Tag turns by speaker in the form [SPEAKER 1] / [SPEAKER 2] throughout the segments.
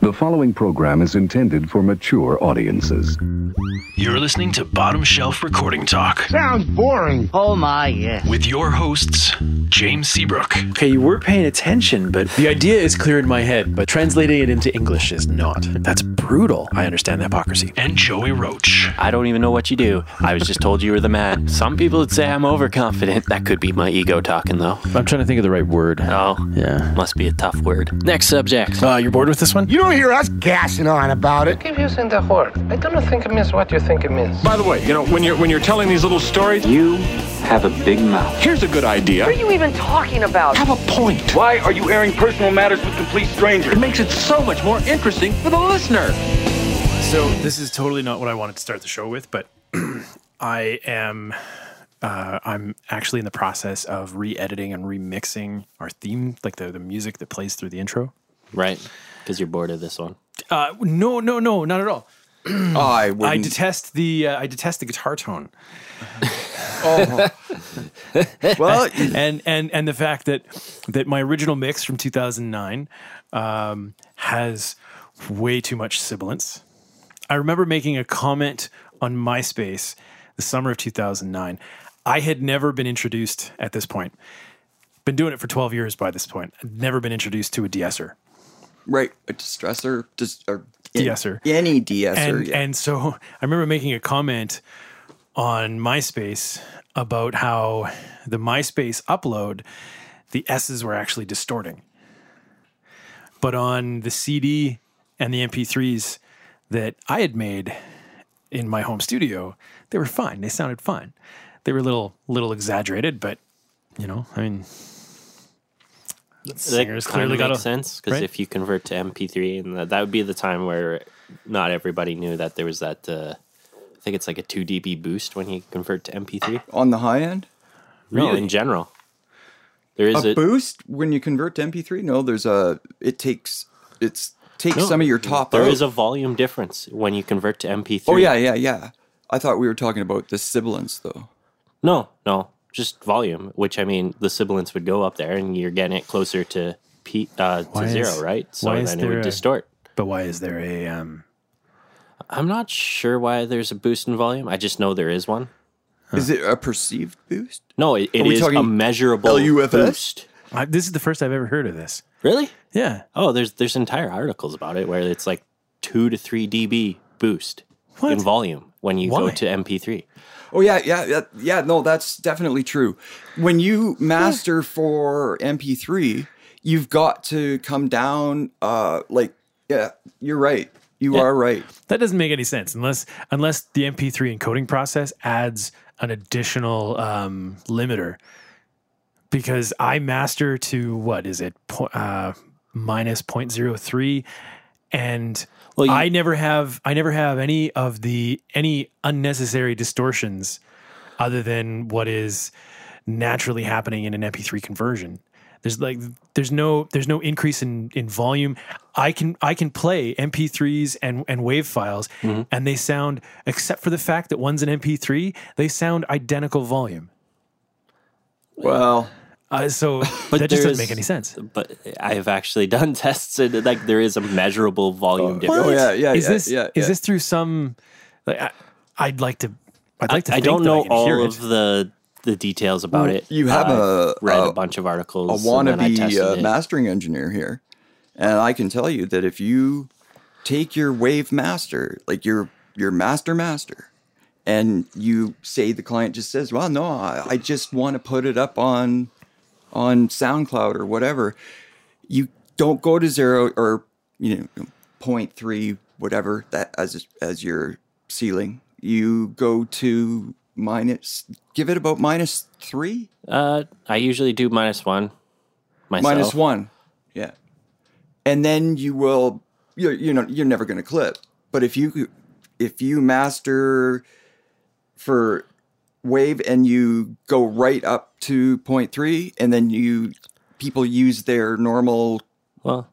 [SPEAKER 1] The following program is intended for mature audiences.
[SPEAKER 2] You're listening to Bottom Shelf Recording Talk
[SPEAKER 3] Sounds boring.
[SPEAKER 4] Oh my, yeah.
[SPEAKER 2] with your hosts, James Seabrook
[SPEAKER 5] Okay, you were paying attention, but the idea is clear in my head, but translating it into English is not. That's brutal. I understand the hypocrisy.
[SPEAKER 2] and Joey Roach.
[SPEAKER 6] I don't even know what you do. I was just told you were the man. Some people would say I'm overconfident. That could be my ego talking, though.
[SPEAKER 7] I'm trying to think of the right word.
[SPEAKER 6] Oh,
[SPEAKER 7] Yeah.
[SPEAKER 6] must be a tough word. Next subject.
[SPEAKER 5] Uh, you're bored with this one?
[SPEAKER 3] You don't hear us gassing on about it.
[SPEAKER 8] keep using the word. I don't think it means what you think it means.
[SPEAKER 9] By the way, you know, when you're when you're telling these little stories,
[SPEAKER 6] You have a big mouth.
[SPEAKER 9] here's a good idea.
[SPEAKER 10] What are you even talking about?
[SPEAKER 9] Have a point.
[SPEAKER 8] Why are you airing personal matters with complete strangers?
[SPEAKER 9] It makes it so much more interesting for the listener.
[SPEAKER 5] So, this is totally not what I wanted to start the show with, but I am. Uh, I'm actually in the process of re-editing and remixing our theme, like the, the music that plays through the intro.
[SPEAKER 6] Right. Because you're bored of this one.
[SPEAKER 5] Uh, no, no, no, not at all.
[SPEAKER 7] Oh, I would.
[SPEAKER 5] I detest the uh, I detest the guitar tone.
[SPEAKER 7] Oh. well,
[SPEAKER 5] and and and the fact that that my original mix from 2009 um, has way too much sibilance. I remember making a comment on MySpace the summer of 2009. I had never been introduced at this point. Been doing it for 12 years by this point. I'd never been introduced to a DSer.
[SPEAKER 7] right. A distressor. Dis, or
[SPEAKER 5] De-esser.
[SPEAKER 7] Any DSer.
[SPEAKER 5] and
[SPEAKER 7] yeah.
[SPEAKER 5] and so I remember making a comment on MySpace about how the MySpace upload the S's were actually distorting, but on the CD and the MP3s that I had made in my home studio, they were fine. They sounded fine. They were a little little exaggerated, but you know, I mean, singers
[SPEAKER 6] that
[SPEAKER 5] clearly
[SPEAKER 6] clearly makes
[SPEAKER 5] got a
[SPEAKER 6] sense because
[SPEAKER 5] right?
[SPEAKER 6] if you convert to MP3, and that, that would be the time where not everybody knew that there was that. Uh, I think it's like a 2 dB boost when you convert to MP3.
[SPEAKER 7] on the high end,
[SPEAKER 6] No, in general, there is
[SPEAKER 7] a
[SPEAKER 6] a
[SPEAKER 7] boost when you convert to MP3. No, there's a. It takes. It's takes
[SPEAKER 6] No,
[SPEAKER 7] some of your top.
[SPEAKER 6] there
[SPEAKER 7] out.
[SPEAKER 6] is a volume difference when you convert to MP3.
[SPEAKER 7] Oh yeah, yeah, yeah. I thought we were talking about the sibilance though.
[SPEAKER 6] No, no, just volume. Which I mean, the sibilance would go up there, and you're getting it closer to P, uh,
[SPEAKER 5] Why
[SPEAKER 6] to
[SPEAKER 5] is-
[SPEAKER 6] zero, right? So
[SPEAKER 5] why is
[SPEAKER 6] then it
[SPEAKER 5] there
[SPEAKER 6] would
[SPEAKER 5] a-
[SPEAKER 6] distort.
[SPEAKER 5] but why is there a um,
[SPEAKER 6] I'm not sure why there's a boost in volume. I just know there is one.
[SPEAKER 7] Is it a perceived boost?
[SPEAKER 6] No, it, it
[SPEAKER 7] we
[SPEAKER 6] is a
[SPEAKER 7] talking
[SPEAKER 6] measurable
[SPEAKER 7] LUFS?
[SPEAKER 6] boost.
[SPEAKER 5] I, this is the first I've ever heard of this.
[SPEAKER 6] Really?
[SPEAKER 5] Yeah.
[SPEAKER 6] Oh, there's there's entire articles about it where it's like two to three dB boost in
[SPEAKER 5] What?
[SPEAKER 6] volume when you go
[SPEAKER 5] Why?
[SPEAKER 6] to MP3.
[SPEAKER 7] Oh yeah, yeah, yeah, yeah. No, that's definitely true. When you master for MP3, you've got to come down. Uh, like yeah, you're right. You are right.
[SPEAKER 5] That doesn't make any sense unless unless the MP3 encoding process adds an additional um, limiter. Because I master to what is it po- uh, minus 0.03, and
[SPEAKER 6] Well, you-
[SPEAKER 5] I never have I never have any of the any unnecessary distortions other than what is naturally happening in an MP3 conversion. There's like there's no there's no increase in in volume. I can I can play MP3s and and WAV files,
[SPEAKER 6] Mm-hmm.
[SPEAKER 5] and they sound except for the fact that one's an MP3, they sound identical volume.
[SPEAKER 7] Well,
[SPEAKER 5] Uh, so that just
[SPEAKER 6] there
[SPEAKER 5] doesn't
[SPEAKER 6] is-
[SPEAKER 5] make any sense.
[SPEAKER 6] But I have actually done tests and like there is a measurable volume difference.
[SPEAKER 7] Oh yeah, yeah,
[SPEAKER 5] is
[SPEAKER 7] yeah,
[SPEAKER 5] this
[SPEAKER 7] yeah, yeah.
[SPEAKER 5] is this through some? Like, I, I'd like to. I'd like to.
[SPEAKER 6] I, I
[SPEAKER 5] think
[SPEAKER 6] don't
[SPEAKER 5] that
[SPEAKER 6] know
[SPEAKER 5] can hear
[SPEAKER 6] all
[SPEAKER 5] it.
[SPEAKER 6] of the the details about it.
[SPEAKER 7] you have
[SPEAKER 6] I've
[SPEAKER 7] a-
[SPEAKER 6] read a,
[SPEAKER 7] a-
[SPEAKER 6] bunch of articles.
[SPEAKER 7] a
[SPEAKER 6] and then I
[SPEAKER 7] wannabe
[SPEAKER 6] tested
[SPEAKER 7] uh,
[SPEAKER 6] it.
[SPEAKER 7] mastering engineer here, and I can tell you that if you take your wave master, like your your master master, and you say the client just says, "Well, no, I, I just want to put it up on on SoundCloud or whatever," you don't go to zero or you know point three whatever that as as your ceiling. You go to minus, give it about minus three.
[SPEAKER 6] Uh, I usually do minus one. Myself.
[SPEAKER 7] Minus one. Yeah. And then you will you're you know you're never gonna clip. But if you if you master for wave and you go right up to point three and then you people use their normal
[SPEAKER 6] Well,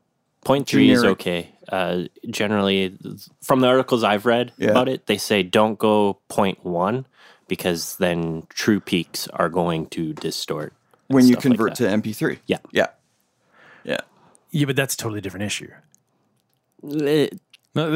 [SPEAKER 6] point three is
[SPEAKER 7] Generic.
[SPEAKER 6] okay. Uh, generally, from the articles I've read
[SPEAKER 7] Yeah.
[SPEAKER 6] about it, they say don't go point one because then true peaks are going to distort and
[SPEAKER 7] when you
[SPEAKER 6] stuff like
[SPEAKER 7] convert
[SPEAKER 6] that.
[SPEAKER 7] to MP3.
[SPEAKER 6] Yeah.
[SPEAKER 7] Yeah. Yeah.
[SPEAKER 5] Yeah, but that's a totally different issue. No, th-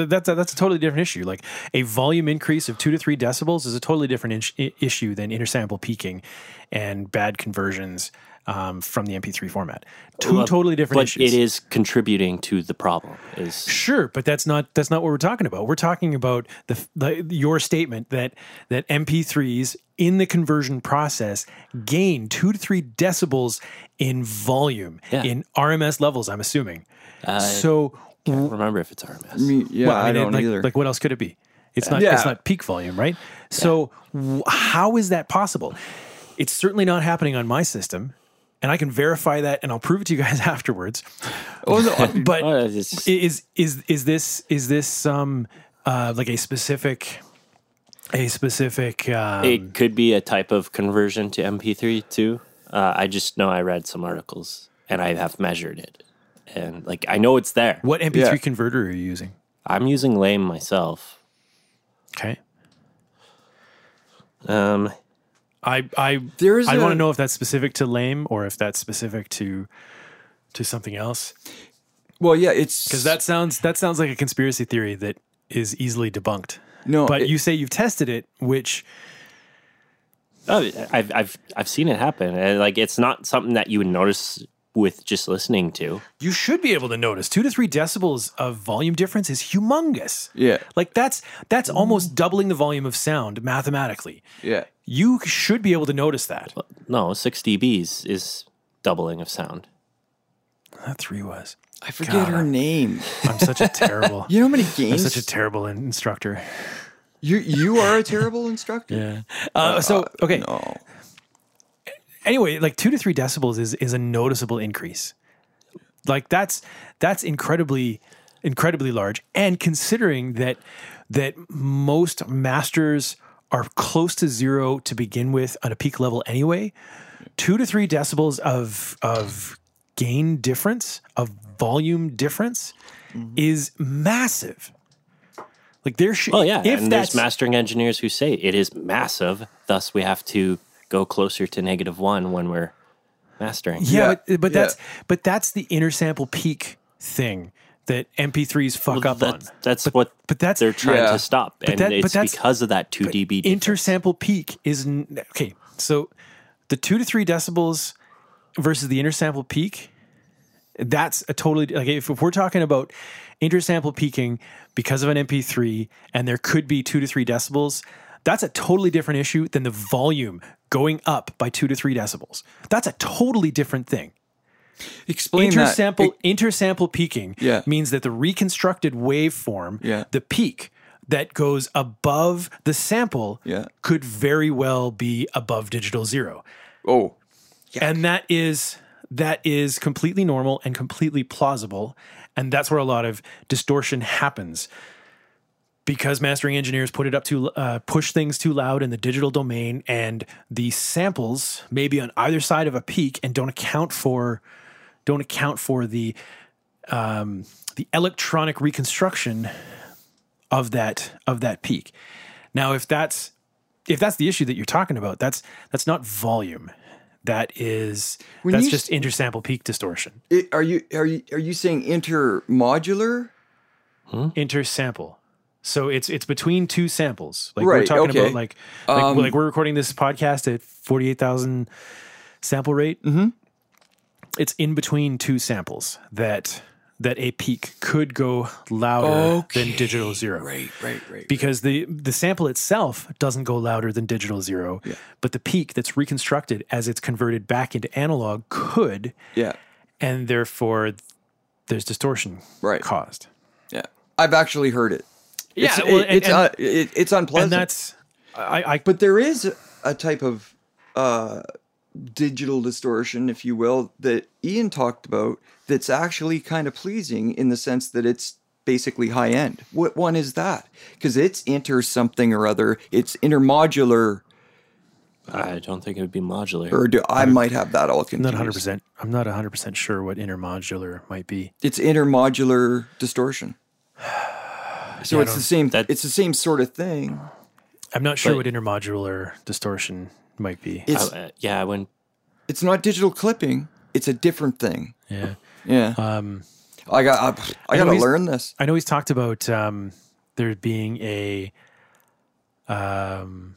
[SPEAKER 5] that's a, that's a totally different issue. Like a volume increase of two to three decibels is a totally different inch, i- issue than intersample peaking and bad conversions um, from the MP3 format. Two
[SPEAKER 6] Well,
[SPEAKER 5] totally different
[SPEAKER 6] but
[SPEAKER 5] issues.
[SPEAKER 6] it is contributing to the problem. Is
[SPEAKER 5] Sure, but that's not that's not what we're talking about. We're talking about the, f- the your statement that that MP3s in the conversion process gain two to three decibels in volume
[SPEAKER 6] Yeah. Uh,
[SPEAKER 5] in RMS levels. I'm assuming. so,
[SPEAKER 6] I don't remember if it's RMS.
[SPEAKER 7] I mean, yeah,
[SPEAKER 5] well,
[SPEAKER 7] I,
[SPEAKER 5] mean, it-
[SPEAKER 7] don't
[SPEAKER 5] like,
[SPEAKER 7] either.
[SPEAKER 5] Like, what else could it be? It's not. It's
[SPEAKER 7] Yeah.
[SPEAKER 5] not peak volume, right? So, w- how is that possible? It's certainly not happening on my system, and I can verify that, and I'll prove it to you guys afterwards.
[SPEAKER 7] oh, no,
[SPEAKER 5] But
[SPEAKER 6] Uh, it's-
[SPEAKER 5] is is is this is this um uh like a specific a specific um,
[SPEAKER 6] it could be a type of conversion to MP3 too. Uh, I just know I read some articles and I have measured it, and like I know it's there.
[SPEAKER 5] what MP3
[SPEAKER 7] yeah.
[SPEAKER 5] converter are you using?
[SPEAKER 6] I'm using lame myself.
[SPEAKER 5] Okay.
[SPEAKER 6] Um,
[SPEAKER 5] I I
[SPEAKER 7] There is
[SPEAKER 5] I want to
[SPEAKER 7] a-
[SPEAKER 5] know if that's specific to lame or if that's specific to to something else
[SPEAKER 7] well, yeah, it's
[SPEAKER 5] because that sounds that sounds like a conspiracy theory that is easily debunked.
[SPEAKER 7] no,
[SPEAKER 5] But
[SPEAKER 7] it-
[SPEAKER 5] you say you've tested it, which
[SPEAKER 6] oh, I've I've I've seen it happen. And, like it's not something that you would notice with just listening to.
[SPEAKER 5] you should be able to notice. Two to three decibels of volume difference is humongous.
[SPEAKER 7] yeah,
[SPEAKER 5] Like that's that's almost doubling the volume of sound mathematically.
[SPEAKER 7] yeah,
[SPEAKER 5] You should be able to notice that.
[SPEAKER 6] No, six dBs is doubling of sound.
[SPEAKER 5] That three was.
[SPEAKER 7] I forget her name.
[SPEAKER 5] I'm such a terrible.
[SPEAKER 7] You know how many
[SPEAKER 5] I'm
[SPEAKER 7] games
[SPEAKER 5] such a terrible in- instructor.
[SPEAKER 7] you you are a terrible instructor. Oh.
[SPEAKER 5] Yeah. Uh, so okay.
[SPEAKER 7] No,
[SPEAKER 5] Anyway, like two to three decibels is is a noticeable increase. Like that's that's incredibly incredibly large. And considering that that most masters are close to zero to begin with on a peak level anyway, two to three decibels of of gain difference of volume difference
[SPEAKER 6] Mm-hmm.
[SPEAKER 5] is massive. Like there should.
[SPEAKER 6] Oh yeah,
[SPEAKER 5] if
[SPEAKER 6] and
[SPEAKER 5] that's
[SPEAKER 6] there's mastering engineers who say it is massive. Thus, we have to go closer to negative one when we're mastering.
[SPEAKER 5] yeah,
[SPEAKER 7] Yeah,
[SPEAKER 5] but, but
[SPEAKER 7] yeah.
[SPEAKER 5] that's but that's the inner sample peak thing that MP3s fuck
[SPEAKER 6] Well,
[SPEAKER 5] up on.
[SPEAKER 6] that's, that's what
[SPEAKER 5] But that's
[SPEAKER 6] they're trying
[SPEAKER 7] Yeah.
[SPEAKER 6] to stop, and
[SPEAKER 5] that- but
[SPEAKER 6] it's
[SPEAKER 5] that's-
[SPEAKER 6] because of that two dB. difference.
[SPEAKER 5] intersample peak is n- okay. So the two to three decibels versus the intersample peak. That's a totally like if, if we're talking about intersample peaking because of an MP3 and there could be two to three decibels. That's a totally different issue than the volume going up by two to three decibels. That's a totally different thing.
[SPEAKER 7] explain that.
[SPEAKER 5] intersample intersample peaking
[SPEAKER 7] Yeah.
[SPEAKER 5] means that the reconstructed waveform,
[SPEAKER 7] Yeah.
[SPEAKER 5] the peak that goes above the sample
[SPEAKER 7] Yeah.
[SPEAKER 5] could very well be above digital zero.
[SPEAKER 7] oh,
[SPEAKER 5] And that is that is completely normal and completely plausible and that's where a lot of distortion happens because mastering engineers put it up to uh, push things too loud in the digital domain and the samples may be on either side of a peak and don't account for don't account for the um, the electronic reconstruction of that of that peak now if that's if that's the issue that you're talking about that's that's not volume that is
[SPEAKER 7] When
[SPEAKER 5] that's
[SPEAKER 7] you
[SPEAKER 5] just intersample peak distortion
[SPEAKER 7] it, are you are you are you saying intermodular?
[SPEAKER 5] intersample. So it's it's between two samples. Like we're
[SPEAKER 7] Right,
[SPEAKER 5] talking
[SPEAKER 7] okay.
[SPEAKER 5] about like like,
[SPEAKER 7] Um,
[SPEAKER 5] like we're recording this podcast at forty eight thousand sample rate.
[SPEAKER 7] Mhm.
[SPEAKER 5] It's in between two samples that that a peak could go louder than digital zero.
[SPEAKER 7] Right, right, right.
[SPEAKER 5] Because the the sample itself doesn't go louder than digital zero, but the peak that's reconstructed as it's converted back into analog could,
[SPEAKER 7] yeah,
[SPEAKER 5] and therefore there's distortion
[SPEAKER 7] Right.
[SPEAKER 5] caused.
[SPEAKER 7] yeah. I've actually heard it.
[SPEAKER 5] Yeah,
[SPEAKER 7] it's,
[SPEAKER 5] well,
[SPEAKER 7] it-
[SPEAKER 5] and-
[SPEAKER 7] it's
[SPEAKER 5] and-
[SPEAKER 7] uh, it, it's unpleasant.
[SPEAKER 5] and that's I, I
[SPEAKER 7] but there is a type of uh, digital distortion, if you will, that Ian talked about that's actually kind of pleasing in the sense that it's basically high end. What one is that? Because it's inter something or other. It's intermodular,
[SPEAKER 6] I don't think it would be modular.
[SPEAKER 7] or do, I might have that all
[SPEAKER 5] I'm
[SPEAKER 7] confused.
[SPEAKER 5] not 100. percent I'm not 100 percent sure what intermodular might be.
[SPEAKER 7] It's intermodular distortion. So
[SPEAKER 5] I
[SPEAKER 7] it's the
[SPEAKER 5] don't-
[SPEAKER 7] same.
[SPEAKER 6] that-
[SPEAKER 7] it's the same sort of thing.
[SPEAKER 5] I'm not sure
[SPEAKER 6] But-
[SPEAKER 5] what intermodular distortion might be.
[SPEAKER 6] I-
[SPEAKER 7] It's
[SPEAKER 6] uh, yeah, I wouldn't.
[SPEAKER 7] it's not digital clipping. It's a different thing.
[SPEAKER 5] yeah.
[SPEAKER 7] Yeah.
[SPEAKER 5] Um,
[SPEAKER 7] I got I, I
[SPEAKER 5] know
[SPEAKER 7] gotta
[SPEAKER 5] he's-
[SPEAKER 7] learn this.
[SPEAKER 5] I know he's talked about um, there being a um,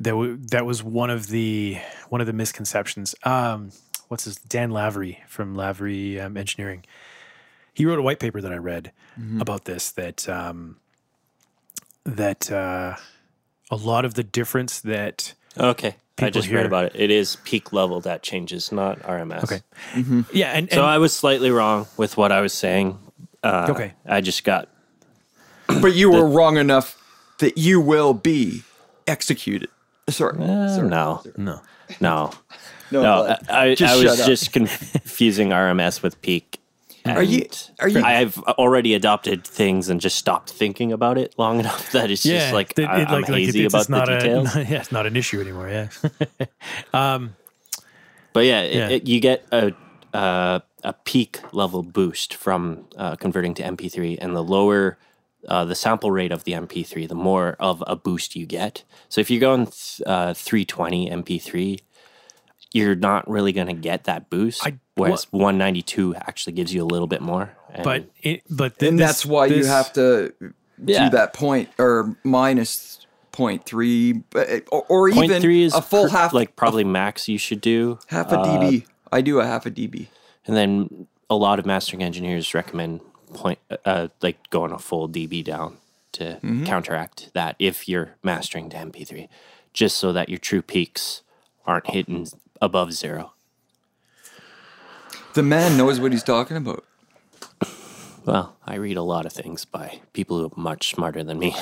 [SPEAKER 5] that w- that was one of the one of the misconceptions. Um, what's his Dan Lavery from Lavery um, Engineering? He wrote a white paper that I read about this that um, that uh, a lot of the difference that
[SPEAKER 6] Okay. I
[SPEAKER 5] People
[SPEAKER 6] just
[SPEAKER 5] here-
[SPEAKER 6] read about it. It is peak level that changes, not RMS.
[SPEAKER 5] Okay. yeah and,
[SPEAKER 6] So
[SPEAKER 5] and-
[SPEAKER 6] I was slightly wrong with what I was saying. Uh,
[SPEAKER 5] Okay.
[SPEAKER 6] I just got
[SPEAKER 7] But you were wrong enough that you will be executed. Sorry.
[SPEAKER 6] Uh, no,
[SPEAKER 5] no
[SPEAKER 6] no,
[SPEAKER 7] No,
[SPEAKER 6] no.
[SPEAKER 7] uh,
[SPEAKER 6] I, I,
[SPEAKER 7] just
[SPEAKER 6] I
[SPEAKER 7] shut
[SPEAKER 6] was
[SPEAKER 7] up.
[SPEAKER 6] just confusing RMS with peak. Are
[SPEAKER 7] you- are you-
[SPEAKER 6] I've already adopted things and just stopped thinking about it long enough that it's just like
[SPEAKER 5] that
[SPEAKER 6] I,
[SPEAKER 5] it-
[SPEAKER 6] am
[SPEAKER 5] it-
[SPEAKER 6] hazy
[SPEAKER 5] it's
[SPEAKER 6] about
[SPEAKER 5] just not
[SPEAKER 6] the
[SPEAKER 5] a-
[SPEAKER 6] details.
[SPEAKER 5] yeah, it's not an issue anymore. Yeah.
[SPEAKER 6] But yeah, it-
[SPEAKER 5] Yeah.
[SPEAKER 6] it- you get a uh, a peak level boost from uh, converting to MP3, and the lower uh, the sample rate of the MP3, the more of a boost you get. So if you're going th- uh, 320 MP3, you're not really going to get that boost.
[SPEAKER 5] I-
[SPEAKER 6] whereas 192 actually gives you a little bit more. And
[SPEAKER 5] but it, but th-
[SPEAKER 7] And
[SPEAKER 5] this-
[SPEAKER 7] that's why you
[SPEAKER 5] this-
[SPEAKER 7] have to
[SPEAKER 6] Yeah.
[SPEAKER 7] do that point or minus 0.3 but- or, or
[SPEAKER 6] point
[SPEAKER 7] even
[SPEAKER 6] three is
[SPEAKER 7] a full
[SPEAKER 6] per-
[SPEAKER 7] half
[SPEAKER 6] like uh, probably max you should do
[SPEAKER 7] half a dB. I do a half a dB.
[SPEAKER 6] And then a lot of mastering engineers recommend point uh, like going a full dB down to
[SPEAKER 5] Mm-hmm.
[SPEAKER 6] counteract that if you're mastering to MP3, just so that your true peaks aren't hitting above zero.
[SPEAKER 7] The man knows what he's talking about.
[SPEAKER 6] Well, I read a lot of things by people who are much smarter than me.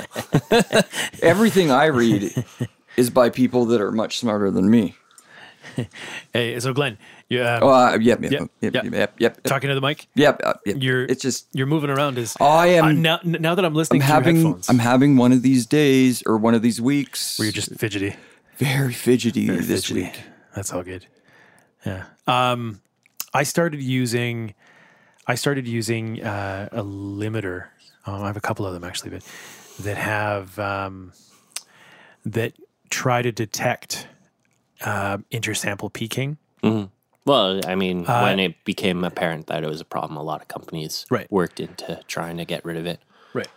[SPEAKER 7] Everything I read is by people that are much smarter than me.
[SPEAKER 5] Hey, so Glenn, you, um,
[SPEAKER 7] Oh, uh, yep, yep, yep, yep,
[SPEAKER 5] yep.
[SPEAKER 7] yep, yep, yep, yep,
[SPEAKER 5] talking to the mic.
[SPEAKER 7] uh, yep.
[SPEAKER 5] You're
[SPEAKER 7] It's just
[SPEAKER 5] you're moving around. Is
[SPEAKER 7] I am-
[SPEAKER 5] uh, now n- now that I'm
[SPEAKER 7] I'm
[SPEAKER 5] listening to your
[SPEAKER 7] having
[SPEAKER 5] headphones.
[SPEAKER 7] I'm having one of these days or one of these weeks.
[SPEAKER 5] where you're just fidgety.
[SPEAKER 7] very fidgety this
[SPEAKER 5] fidgety.
[SPEAKER 7] week.
[SPEAKER 5] That's all good. Yeah. Um, I started using, I started using uh, a limiter. Um, I have a couple of them actually, but that have um, that try to detect uh, intersample peaking.
[SPEAKER 6] well, I mean,
[SPEAKER 5] Uh,
[SPEAKER 6] when it became apparent that it was a problem, a lot of companies
[SPEAKER 5] Right.
[SPEAKER 6] worked into trying to get rid of it.
[SPEAKER 5] Right.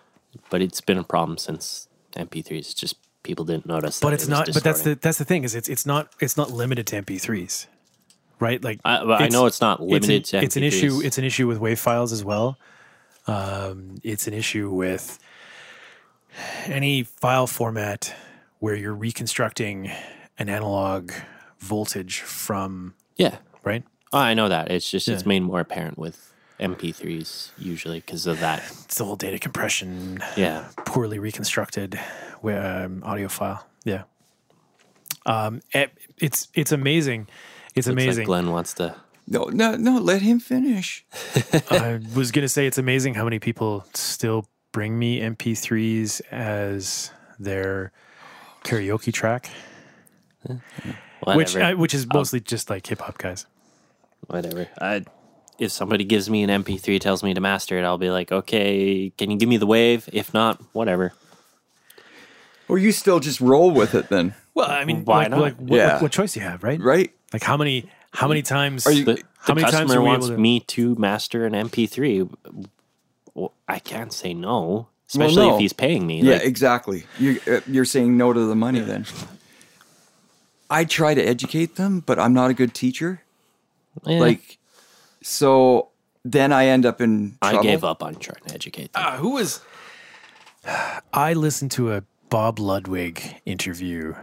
[SPEAKER 6] But it's been a problem since MP3s. Just people didn't notice.
[SPEAKER 5] but
[SPEAKER 6] that
[SPEAKER 5] it's
[SPEAKER 6] it was
[SPEAKER 5] not. But that's
[SPEAKER 6] distorting.
[SPEAKER 5] the that's the thing is it's it's not it's not limited to MP3s, right? Like
[SPEAKER 6] I, but I know it's not limited
[SPEAKER 5] an,
[SPEAKER 6] to MP3s.
[SPEAKER 5] It's an issue. It's an issue with WAV files as well. Um, it's an issue with any file format where you're reconstructing an analog voltage from
[SPEAKER 6] yeah.
[SPEAKER 5] right.
[SPEAKER 6] Oh, I know that. It's just it's made more apparent with MP3s usually because of that.
[SPEAKER 5] It's the whole data compression,
[SPEAKER 6] Yeah,
[SPEAKER 5] poorly reconstructed um, audio file. Yeah. Um, it- it's it's amazing. It's
[SPEAKER 6] It's like
[SPEAKER 5] amazing.
[SPEAKER 6] Glenn wants to.
[SPEAKER 7] No, no, no. Let him finish.
[SPEAKER 5] I was gonna say it's amazing how many people still bring me MP3s as their karaoke track,
[SPEAKER 6] Whatever. Um,
[SPEAKER 5] which I, which is mostly just like hip hop guys.
[SPEAKER 6] whatever. I, if somebody gives me an MP3, tells me to master it, I'll be like, okay, can you give me the wave? If not, whatever.
[SPEAKER 7] Or you still just roll with it then,
[SPEAKER 5] Well, I mean,
[SPEAKER 6] Why
[SPEAKER 5] like,
[SPEAKER 6] not?
[SPEAKER 5] like, what,
[SPEAKER 7] Yeah.
[SPEAKER 5] what, choice you have, right?
[SPEAKER 7] right?
[SPEAKER 5] Like how many how many times
[SPEAKER 7] you-
[SPEAKER 6] The,
[SPEAKER 5] how
[SPEAKER 6] the
[SPEAKER 5] many times
[SPEAKER 6] customer
[SPEAKER 5] are we
[SPEAKER 6] wants
[SPEAKER 5] able to-
[SPEAKER 6] me to master an MP3. Well, I can't say no, especially
[SPEAKER 7] no.
[SPEAKER 6] if he's paying me.
[SPEAKER 7] Yeah,
[SPEAKER 6] Like,
[SPEAKER 7] exactly. You uh, you're saying no to the money then. I try to educate them, but I'm not a good teacher.
[SPEAKER 6] eh,
[SPEAKER 7] Like, so then I end up in trouble.
[SPEAKER 6] I gave up on trying to educate them.
[SPEAKER 5] Uh, who was? I listened to a Bob Ludwig interview.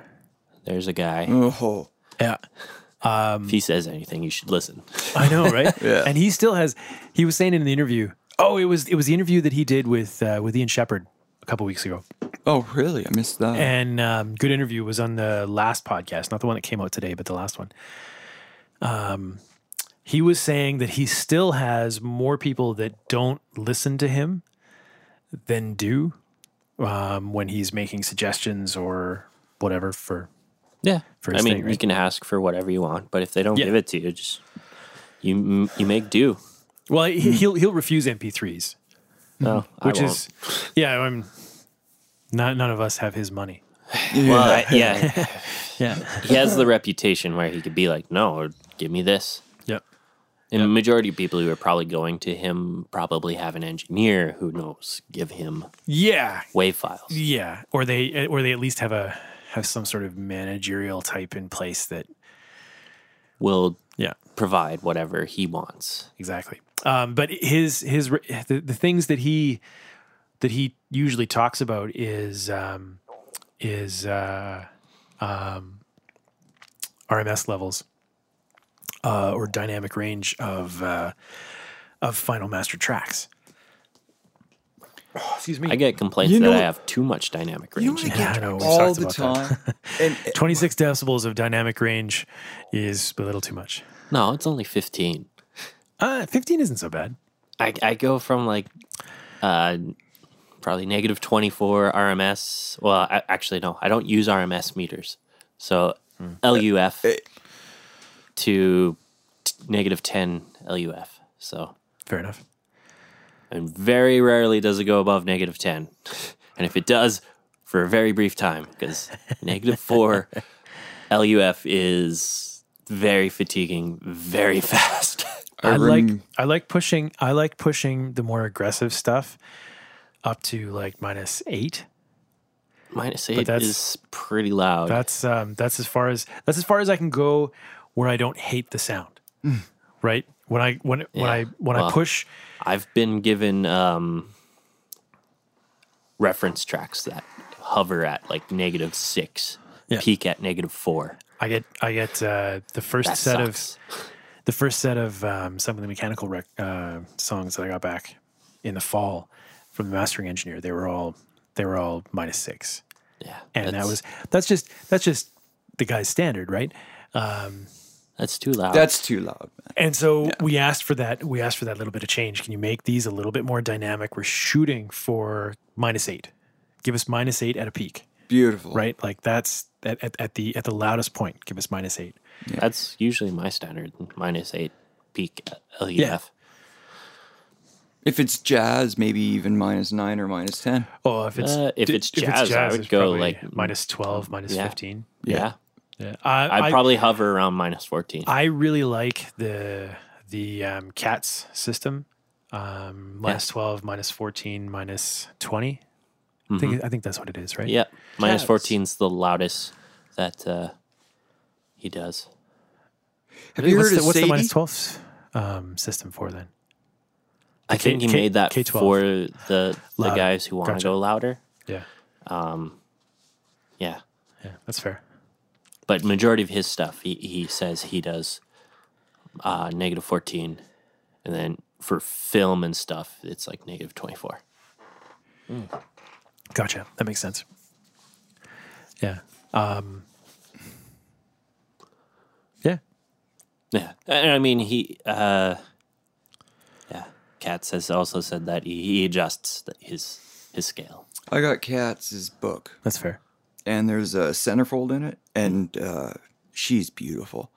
[SPEAKER 6] There's a guy.
[SPEAKER 7] Oh,
[SPEAKER 5] Yeah,
[SPEAKER 6] If
[SPEAKER 7] Mm.
[SPEAKER 6] he says anything, you should listen.
[SPEAKER 5] I know, right? yeah. And he still has. He was saying in the interview. Oh, it was it was the interview that he did with uh, with Ian Shepherd a couple weeks ago.
[SPEAKER 7] oh, really? I missed that.
[SPEAKER 5] and um, good interview was on the last podcast, not the one that came out today, but the last one. Um, he was saying that he still has more people that don't listen to him than do um, when he's making suggestions or whatever for
[SPEAKER 6] Yeah,
[SPEAKER 5] for
[SPEAKER 6] I
[SPEAKER 5] his
[SPEAKER 6] mean,
[SPEAKER 5] thing,
[SPEAKER 6] you
[SPEAKER 5] right?
[SPEAKER 6] can ask for whatever you want, but if they don't
[SPEAKER 5] Yeah. Mm-hmm.
[SPEAKER 6] give it to you, just you you make do.
[SPEAKER 5] well he, he'll he'll refuse MP3s,
[SPEAKER 6] No,
[SPEAKER 5] which
[SPEAKER 6] Hmm. Oh, I won't.
[SPEAKER 5] is yeah I'm not none of us have his money.
[SPEAKER 6] well, I- yeah,
[SPEAKER 5] Yeah,
[SPEAKER 6] he has the reputation where he could be like, no, give me this.
[SPEAKER 5] yep.
[SPEAKER 6] And majority of people who are probably going to him probably have an engineer who knows give him
[SPEAKER 5] Yeah,
[SPEAKER 6] wave files.
[SPEAKER 5] yeah, or they or they at least have a have some sort of managerial type in place that
[SPEAKER 6] Will
[SPEAKER 5] yeah
[SPEAKER 6] provide whatever he wants.
[SPEAKER 5] exactly. Um, but his his the, the things that he that he usually talks about is um, is uh, um, RMS levels uh, or dynamic range of uh, of final master tracks. Oh, Excuse me.
[SPEAKER 6] I get complaints
[SPEAKER 7] You
[SPEAKER 6] that
[SPEAKER 7] know-
[SPEAKER 6] I have too much dynamic
[SPEAKER 7] You know
[SPEAKER 6] range.
[SPEAKER 7] what I
[SPEAKER 5] Yeah, I
[SPEAKER 7] get
[SPEAKER 5] know, we've
[SPEAKER 7] all
[SPEAKER 5] talked
[SPEAKER 7] the
[SPEAKER 5] about
[SPEAKER 7] time? and
[SPEAKER 5] 26 decibels of dynamic range is a little too much.
[SPEAKER 6] no, it's only 15.
[SPEAKER 5] Uh, 15 isn't so bad.
[SPEAKER 6] I, I go from like uh, probably negative 24 RMS. Well, I, actually, no, I don't use RMS meters. So LUF
[SPEAKER 7] eh.
[SPEAKER 6] to t- negative 10 LUF. So,
[SPEAKER 5] Fair enough.
[SPEAKER 6] and very rarely does it go above negative 10. And if it does, for a very brief time, because negative 4 LUF is very fatiguing very fast.
[SPEAKER 5] I, like
[SPEAKER 7] rem-
[SPEAKER 5] I like pushing I like pushing the more aggressive stuff up to like minus 8.
[SPEAKER 6] Minus 8
[SPEAKER 5] that's-
[SPEAKER 6] is pretty loud.
[SPEAKER 5] That's um that's as far as that's as far as I can go where I don't hate the sound. right? When I when when I
[SPEAKER 6] Mm. Yeah.
[SPEAKER 5] when I
[SPEAKER 6] Well,
[SPEAKER 5] push
[SPEAKER 6] I've been given um, reference tracks that hover at like negative six,
[SPEAKER 5] Yeah.
[SPEAKER 6] peak at negative four.
[SPEAKER 5] I get I get uh, the first
[SPEAKER 6] That
[SPEAKER 5] set of
[SPEAKER 6] sucks.
[SPEAKER 5] the first set of um, some of the mechanical rec- uh, songs that I got back in the fall from the mastering engineer. They were all they were all minus six,
[SPEAKER 6] yeah,
[SPEAKER 5] and that
[SPEAKER 6] that's-
[SPEAKER 5] was that's just that's just the guy's standard, right? Um,
[SPEAKER 6] that's too loud.
[SPEAKER 7] that's too loud, man.
[SPEAKER 5] and so we asked for that. We asked for that little bit of change. Can you make these a little bit more dynamic? We're shooting for minus eight. Give us minus eight at a peak,
[SPEAKER 7] Beautiful.
[SPEAKER 5] right? Like that's at, at, at the at the loudest point. Give us minus eight.
[SPEAKER 6] that's usually my standard minus eight peak uh, E at LEF.
[SPEAKER 7] If it's jazz, maybe even minus nine or minus ten.
[SPEAKER 5] Oh, if it's
[SPEAKER 6] Uh, if
[SPEAKER 5] d-
[SPEAKER 6] it's jazz, I would
[SPEAKER 5] it's
[SPEAKER 6] go,
[SPEAKER 5] probably
[SPEAKER 6] like,
[SPEAKER 5] minus twelve, minus
[SPEAKER 6] yeah.
[SPEAKER 5] fifteen.
[SPEAKER 6] Yeah.
[SPEAKER 5] Yeah, I,
[SPEAKER 6] I'd
[SPEAKER 5] I,
[SPEAKER 6] probably hover around minus 14.
[SPEAKER 5] I really like the the um, cats system. Um, minus twelve, minus fourteen, minus twenty. I think I think that's what it is, right?
[SPEAKER 6] Mm-hmm. yeah. Minus
[SPEAKER 5] Cats.
[SPEAKER 6] 14's the loudest that uh, he does.
[SPEAKER 7] Have you
[SPEAKER 5] what's
[SPEAKER 7] heard
[SPEAKER 5] the,
[SPEAKER 7] of
[SPEAKER 5] what's the
[SPEAKER 7] Sadie?
[SPEAKER 5] minus twelve um, system for then?
[SPEAKER 6] I
[SPEAKER 5] K-
[SPEAKER 6] think he
[SPEAKER 5] K-
[SPEAKER 6] made that
[SPEAKER 5] K12.
[SPEAKER 6] for the, the
[SPEAKER 5] Louder.
[SPEAKER 6] guys who want to
[SPEAKER 5] Gotcha.
[SPEAKER 6] go louder.
[SPEAKER 5] Yeah,
[SPEAKER 6] Yeah.
[SPEAKER 5] yeah, that's fair.
[SPEAKER 6] but majority of his stuff he, he says he does uh, negative 14 and then for film and stuff it's like negative 24
[SPEAKER 5] Gotcha. That makes sense. Yeah. Um, yeah.
[SPEAKER 6] yeah and i mean he uh, yeah katz has also said that he, he adjusts the, his his scale
[SPEAKER 7] I got Katz's book,
[SPEAKER 5] That's fair.
[SPEAKER 7] and there's a centerfold in it, and uh, she's beautiful.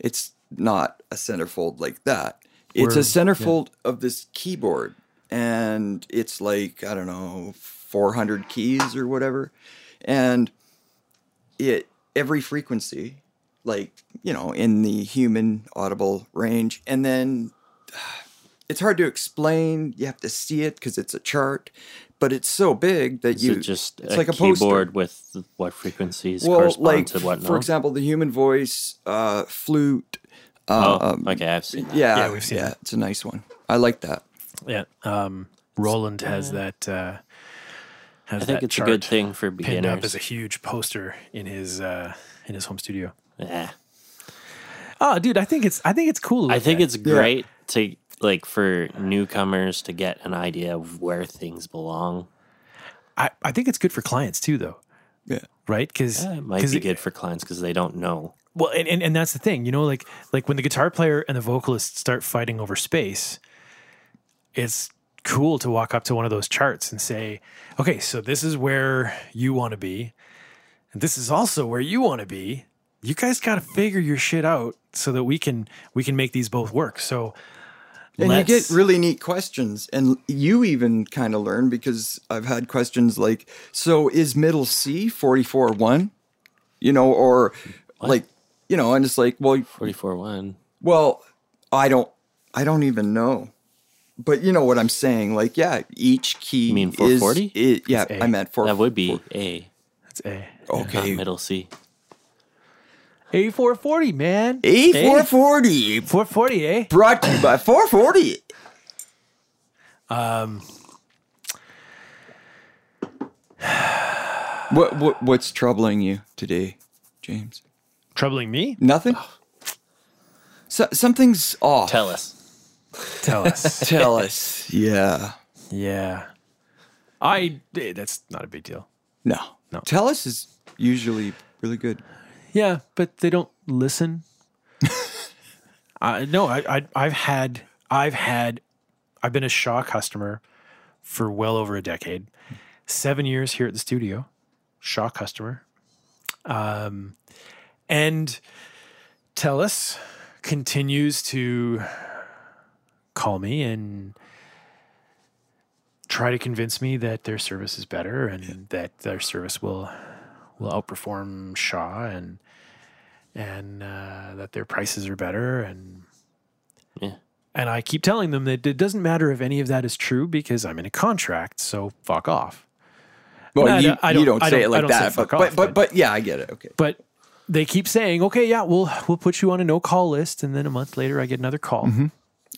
[SPEAKER 7] It's not a centerfold like that.
[SPEAKER 5] Word,
[SPEAKER 7] It's a
[SPEAKER 5] yeah.
[SPEAKER 7] centerfold of this keyboard, and it's like I don't know, 400 keys or whatever, and it every frequency, like you know, in the human audible range, and then it's hard to explain. You have to see it because it's a chart, but it's so big that
[SPEAKER 6] is
[SPEAKER 7] you
[SPEAKER 6] it just
[SPEAKER 7] it's
[SPEAKER 6] a
[SPEAKER 7] like a poster.
[SPEAKER 6] keyboard with what frequencies
[SPEAKER 7] Well,
[SPEAKER 6] correspond
[SPEAKER 7] like
[SPEAKER 6] to what
[SPEAKER 7] for example, the human voice, uh, flute.
[SPEAKER 6] oh,
[SPEAKER 7] Uh,
[SPEAKER 6] okay i've seen that.
[SPEAKER 7] yeah,
[SPEAKER 5] Yeah, we've seen
[SPEAKER 7] yeah,
[SPEAKER 5] that.
[SPEAKER 7] it's a nice one. I like that.
[SPEAKER 5] Yeah. Um, Roland has that. Uh, has
[SPEAKER 6] i think
[SPEAKER 5] that
[SPEAKER 6] it's a good
[SPEAKER 5] chart
[SPEAKER 6] thing for
[SPEAKER 5] Pinned up as
[SPEAKER 6] beginners
[SPEAKER 5] a huge poster in his uh, in his home studio.
[SPEAKER 6] yeah
[SPEAKER 5] Oh, dude, I think it's I think it's cool.
[SPEAKER 6] I think it's great to like for newcomers to get an idea of where things belong.
[SPEAKER 5] I, I think it's good for clients too, though.
[SPEAKER 7] Yeah.
[SPEAKER 5] Right? Because
[SPEAKER 6] It might be good for clients because they don't know.
[SPEAKER 5] Well, and, and and that's the thing, you know, like like when the guitar player and the vocalist start fighting over space, it's cool to walk up to one of those charts and say, "Okay, so this is where you want to be, and this is also where you want to be. You guys got to figure your shit out so that we can we can make these both work." So,
[SPEAKER 7] And
[SPEAKER 5] Let's-
[SPEAKER 7] you get really neat questions, and you even kind of learn because I've had questions like, "So is middle C forty four one?" You know, or like, you know, and it's like, well,
[SPEAKER 6] Forty four one.
[SPEAKER 7] well, I don't. I don't even know. But you know what I'm saying? Like, yeah, each key.
[SPEAKER 6] You mean
[SPEAKER 7] is-
[SPEAKER 6] 440?
[SPEAKER 7] i- yeah,
[SPEAKER 5] It's A.
[SPEAKER 7] I meant four.
[SPEAKER 6] That would be A,
[SPEAKER 5] That's A.
[SPEAKER 6] not
[SPEAKER 7] okay.
[SPEAKER 6] middle C.
[SPEAKER 5] A440, man.
[SPEAKER 7] A four forty
[SPEAKER 5] 440, eh?
[SPEAKER 7] brought to you by four forty. Um. What, what what's troubling you today, James?
[SPEAKER 5] Troubling me?
[SPEAKER 7] Nothing.
[SPEAKER 5] Oh.
[SPEAKER 7] So, something's off.
[SPEAKER 6] Tell us.
[SPEAKER 5] Tell us.
[SPEAKER 7] Tell us. Yeah.
[SPEAKER 5] yeah. I, eh, that's not a big deal.
[SPEAKER 7] No.
[SPEAKER 5] No.
[SPEAKER 7] Tell us is usually really good.
[SPEAKER 5] Yeah, but they don't listen. I Uh, no, I, I I've had I've had I've been a Shaw customer for well over a decade. Seven years here at the studio, Shaw customer. Um and Telus continues to call me and try to convince me that their service is better and that their service will will outperform Shaw and and uh, that their prices are better and
[SPEAKER 6] Yeah.
[SPEAKER 5] and I keep telling them that it doesn't matter if any of that is true because I'm in a contract, so fuck off.
[SPEAKER 7] Well,
[SPEAKER 5] No, I
[SPEAKER 7] you,
[SPEAKER 5] don't- I
[SPEAKER 7] you
[SPEAKER 5] don't-
[SPEAKER 7] don't
[SPEAKER 5] I
[SPEAKER 7] say
[SPEAKER 5] don't-
[SPEAKER 7] it
[SPEAKER 5] I
[SPEAKER 7] like
[SPEAKER 5] don't say
[SPEAKER 7] that, but,
[SPEAKER 5] fuck off,
[SPEAKER 7] but
[SPEAKER 5] but-
[SPEAKER 7] but but yeah, I get it. Okay.
[SPEAKER 5] But they keep saying, "Okay, yeah, we'll we'll put you on a no call list," and then a month later I get another call.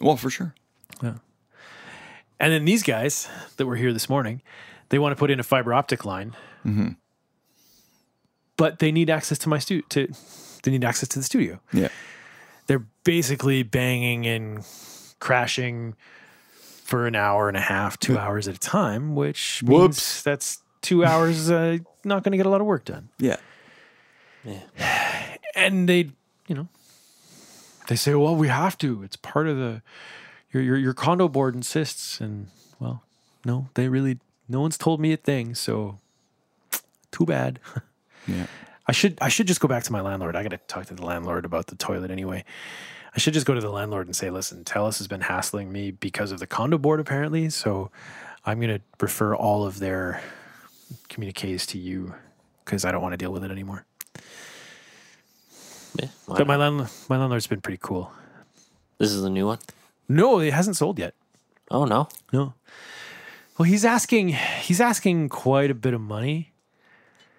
[SPEAKER 7] Well, for sure.
[SPEAKER 5] And then these guys that were here this morning, they want to put in a fiber optic line, but they need access to my stu- to they need access to the studio.
[SPEAKER 7] Yeah.
[SPEAKER 5] they're basically banging and crashing for an hour and a half, two hours at a time, which means
[SPEAKER 7] Whoops.
[SPEAKER 5] that's two hours uh, not going to get a lot of work done.
[SPEAKER 7] Yeah.
[SPEAKER 5] And they, you know, they say, "Well, we have to. It's part of the your your, your condo board insists." And well, no, they really no one's told me a thing, so too bad.
[SPEAKER 7] Yeah.
[SPEAKER 5] I should I should just go back to my landlord. I got to talk to the landlord about the toilet anyway. I should just go to the landlord and say, "Listen, Telus has been hassling me because of the condo board apparently, so I'm going to refer all of their communiques to you cuz I don't want to deal with it anymore."
[SPEAKER 6] Yeah,
[SPEAKER 5] But
[SPEAKER 6] why not?
[SPEAKER 5] my landlord my landlord's been pretty cool.
[SPEAKER 6] this is a new one.
[SPEAKER 5] No, it hasn't sold yet.
[SPEAKER 6] Oh no.
[SPEAKER 5] No. Well, he's asking he's asking quite a bit of money.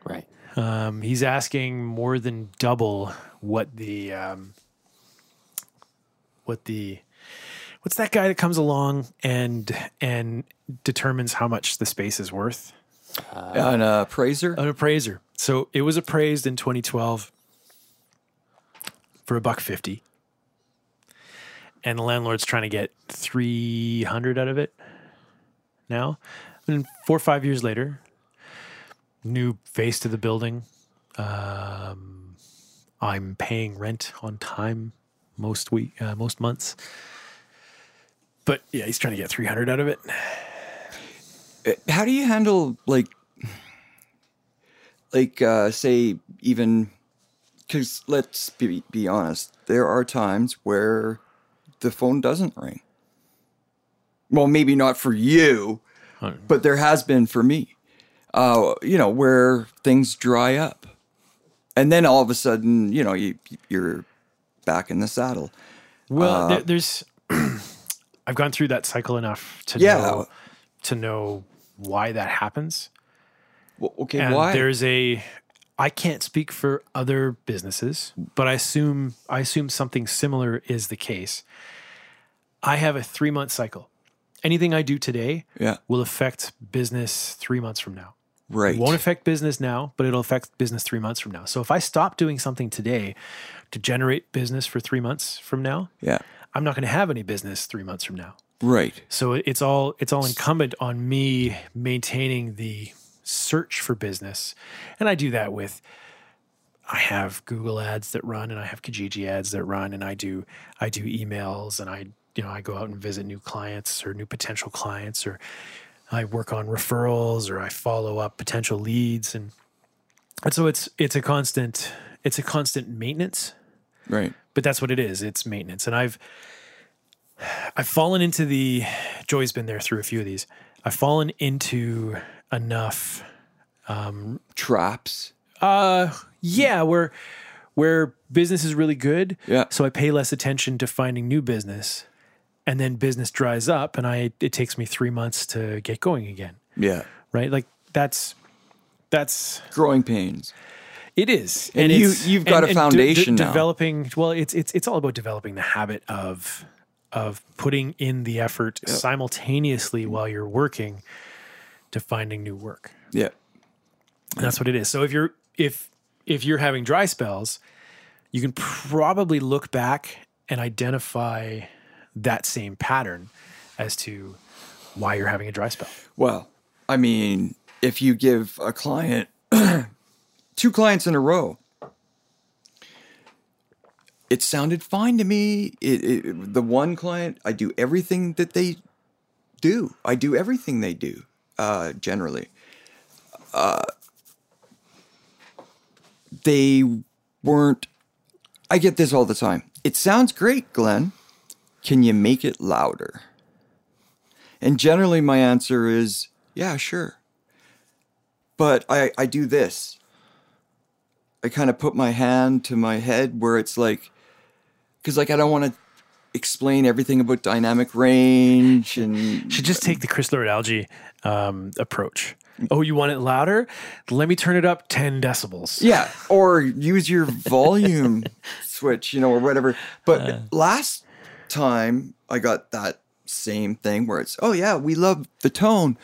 [SPEAKER 6] Right.
[SPEAKER 5] Um, he's asking more than double what the um, what the what's that guy that comes along and and determines how much the space is worth? Uh,
[SPEAKER 7] An appraiser.
[SPEAKER 5] An appraiser. So it was appraised in 2012 for a buck fifty, and the landlord's trying to get 300 out of it now. And four or five years later, new face to the building. Um, I'm paying rent on time most week, uh, most months. But yeah, he's trying to get 300 out of it.
[SPEAKER 7] How do you handle like like uh, say even because let's be be honest, there are times where the phone doesn't ring. Well, maybe not for you, but there has been for me. Uh, you know where things dry up, and then all of a sudden, you know, you you're back in the saddle. Uh,
[SPEAKER 5] Well, there, there's. I've gone through that cycle enough to
[SPEAKER 7] Yeah.
[SPEAKER 5] know to know why that happens.
[SPEAKER 7] Well, okay,
[SPEAKER 5] And
[SPEAKER 7] why?
[SPEAKER 5] there's a. I can't speak for other businesses, but I assume I assume something similar is the case. I have a three month cycle. Anything I do today
[SPEAKER 7] yeah,
[SPEAKER 5] will affect business three months from now.
[SPEAKER 7] right.
[SPEAKER 5] It won't affect business now, but it'll affect business three months from now. So if I stop doing something today to generate business for three months from now,
[SPEAKER 7] yeah,
[SPEAKER 5] I'm not going to have any business three months from now.
[SPEAKER 7] right.
[SPEAKER 5] So it- it's all it's all incumbent on me maintaining the search for business, and I do that with. I have Google ads that run, and I have Kijiji ads that run, and I do I do emails, and I you know I go out and visit new clients or new potential clients, or I work on referrals, or I follow up potential leads, and and so it's it's a constant it's a constant maintenance
[SPEAKER 7] Right.
[SPEAKER 5] but that's what it is it's maintenance and i've i've fallen into the joy's been there through a few of these i've fallen into enough
[SPEAKER 7] Traps.
[SPEAKER 5] uh yeah where where business is really good
[SPEAKER 7] Yeah.
[SPEAKER 5] so i pay less attention to finding new business and then business dries up and I it takes me 3 months to get going again,
[SPEAKER 7] Yeah.
[SPEAKER 5] right? Like that's that's
[SPEAKER 7] Growing pains.
[SPEAKER 5] it is,
[SPEAKER 7] And you- you've got a foundation now.
[SPEAKER 5] Developing well, it's it's it's all about developing the habit of of putting in the effort simultaneously while you're working to finding new work.
[SPEAKER 7] Yeah.
[SPEAKER 5] That's what it is. So if you're if if you're having dry spells, you can probably look back and identify that same pattern as to why you're having a dry spell.
[SPEAKER 7] Well, I mean, if you give a client two clients in a row, it sounded fine to me. It, it, the one client, I do everything that they do. I do everything they do. Uh, generally, uh, they weren't. I get this all the time. It sounds great, Glenn. Can you make it louder? And generally, my answer is, yeah, sure. But I, I do this. I kind of put my hand to my head where it's like, because like I don't want to explain everything about dynamic range and
[SPEAKER 5] Should just take the Chris Lord um, approach. Oh, you want it louder? Let me turn it up ten decibels.
[SPEAKER 7] Yeah, or use your volume switch, you know, or whatever. But last time I got that same thing where it's, "Oh yeah, we love the tone.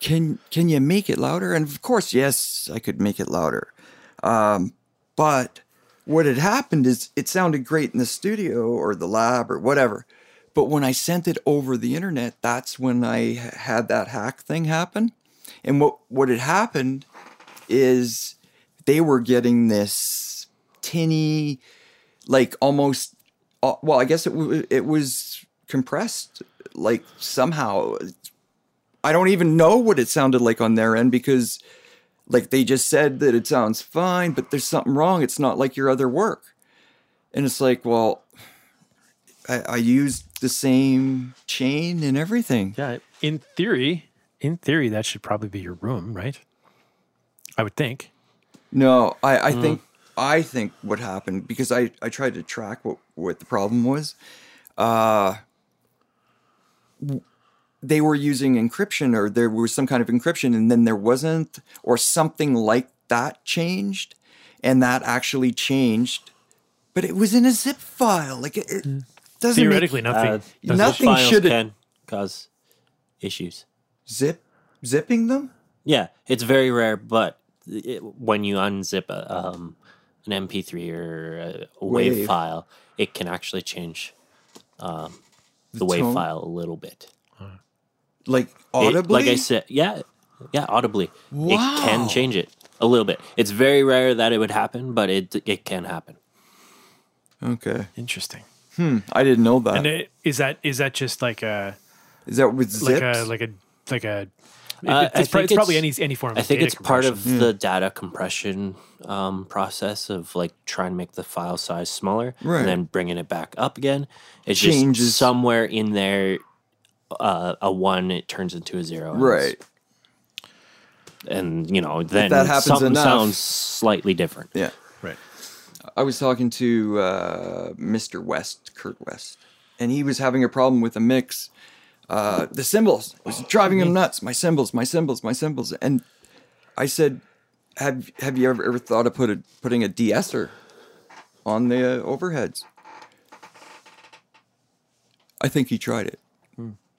[SPEAKER 7] Can can you make it louder?" And of course, yes, I could make it louder. Um, but what had happened is it sounded great in the studio or the lab or whatever. But when I sent it over the internet, that's when I h- had that hack thing happen. And what what had happened is they were getting this tinny, like almost. Uh, well, I guess it w- it was compressed, like somehow. I don't even know what it sounded like on their end because, like, they just said that it sounds fine, but there's something wrong. It's not like your other work, and it's like, well, I, I used the same chain and everything.
[SPEAKER 5] Yeah, in theory, in theory, that should probably be your room, right? I would think.
[SPEAKER 7] No, I,
[SPEAKER 5] Mm.
[SPEAKER 7] I think I think what happened because I, I tried to track what, what the problem was. Uh, w- they were using encryption, or there was some kind of encryption, and then there wasn't, or something like that changed, and that actually changed, but it was in a zip file. Like it, it doesn't
[SPEAKER 5] Mm. Theoretically,
[SPEAKER 7] make,
[SPEAKER 5] nothing.
[SPEAKER 6] Uh,
[SPEAKER 5] doesn't-
[SPEAKER 7] nothing-
[SPEAKER 6] Those files
[SPEAKER 7] should-
[SPEAKER 6] can cause issues.
[SPEAKER 7] zip zipping them.
[SPEAKER 6] Yeah, it's very rare, but it, when you unzip a, um, an MP3 or a, a wave,
[SPEAKER 7] Wave.
[SPEAKER 6] file, it can actually change um, the, wave
[SPEAKER 7] tone?
[SPEAKER 6] file a little bit.
[SPEAKER 7] Like
[SPEAKER 6] It-
[SPEAKER 7] audibly,
[SPEAKER 6] like I said, yeah, yeah, audibly, it
[SPEAKER 7] Wow.
[SPEAKER 6] can change it a little bit. It's very rare that it would happen, but it it can happen.
[SPEAKER 7] Okay,
[SPEAKER 5] Interesting.
[SPEAKER 7] I didn't know
[SPEAKER 6] Uh,
[SPEAKER 7] that.
[SPEAKER 5] And
[SPEAKER 7] Is
[SPEAKER 5] it, is that is that just like a
[SPEAKER 7] that with
[SPEAKER 5] like
[SPEAKER 7] zips?
[SPEAKER 5] a like a like a?
[SPEAKER 6] Uh,
[SPEAKER 5] it's,
[SPEAKER 6] I
[SPEAKER 5] pro-
[SPEAKER 6] think
[SPEAKER 5] it's probably any
[SPEAKER 6] it's-
[SPEAKER 5] any form. Of
[SPEAKER 6] I think
[SPEAKER 5] data
[SPEAKER 6] it's part of
[SPEAKER 5] compression.
[SPEAKER 7] Hmm.
[SPEAKER 6] the data compression um, process of like trying to make the file size smaller
[SPEAKER 7] Right.
[SPEAKER 6] and then bringing it back up again. It's
[SPEAKER 7] Changes.
[SPEAKER 6] just somewhere in there, uh, a one it turns into a zero, and it's-
[SPEAKER 7] right.
[SPEAKER 6] And you know, then
[SPEAKER 7] that happens
[SPEAKER 6] something
[SPEAKER 7] enough-
[SPEAKER 6] sounds slightly different.
[SPEAKER 7] Yeah.
[SPEAKER 5] right.
[SPEAKER 7] I was talking to uh, Mr. West, Kurt West, and he was having a problem with a mix. Uh, the cymbals it was driving him nuts. My cymbals, my cymbals, my cymbals. And I said, "Have Have you ever, ever thought of put a, putting a de-esser on the uh, overheads?" I think he tried it.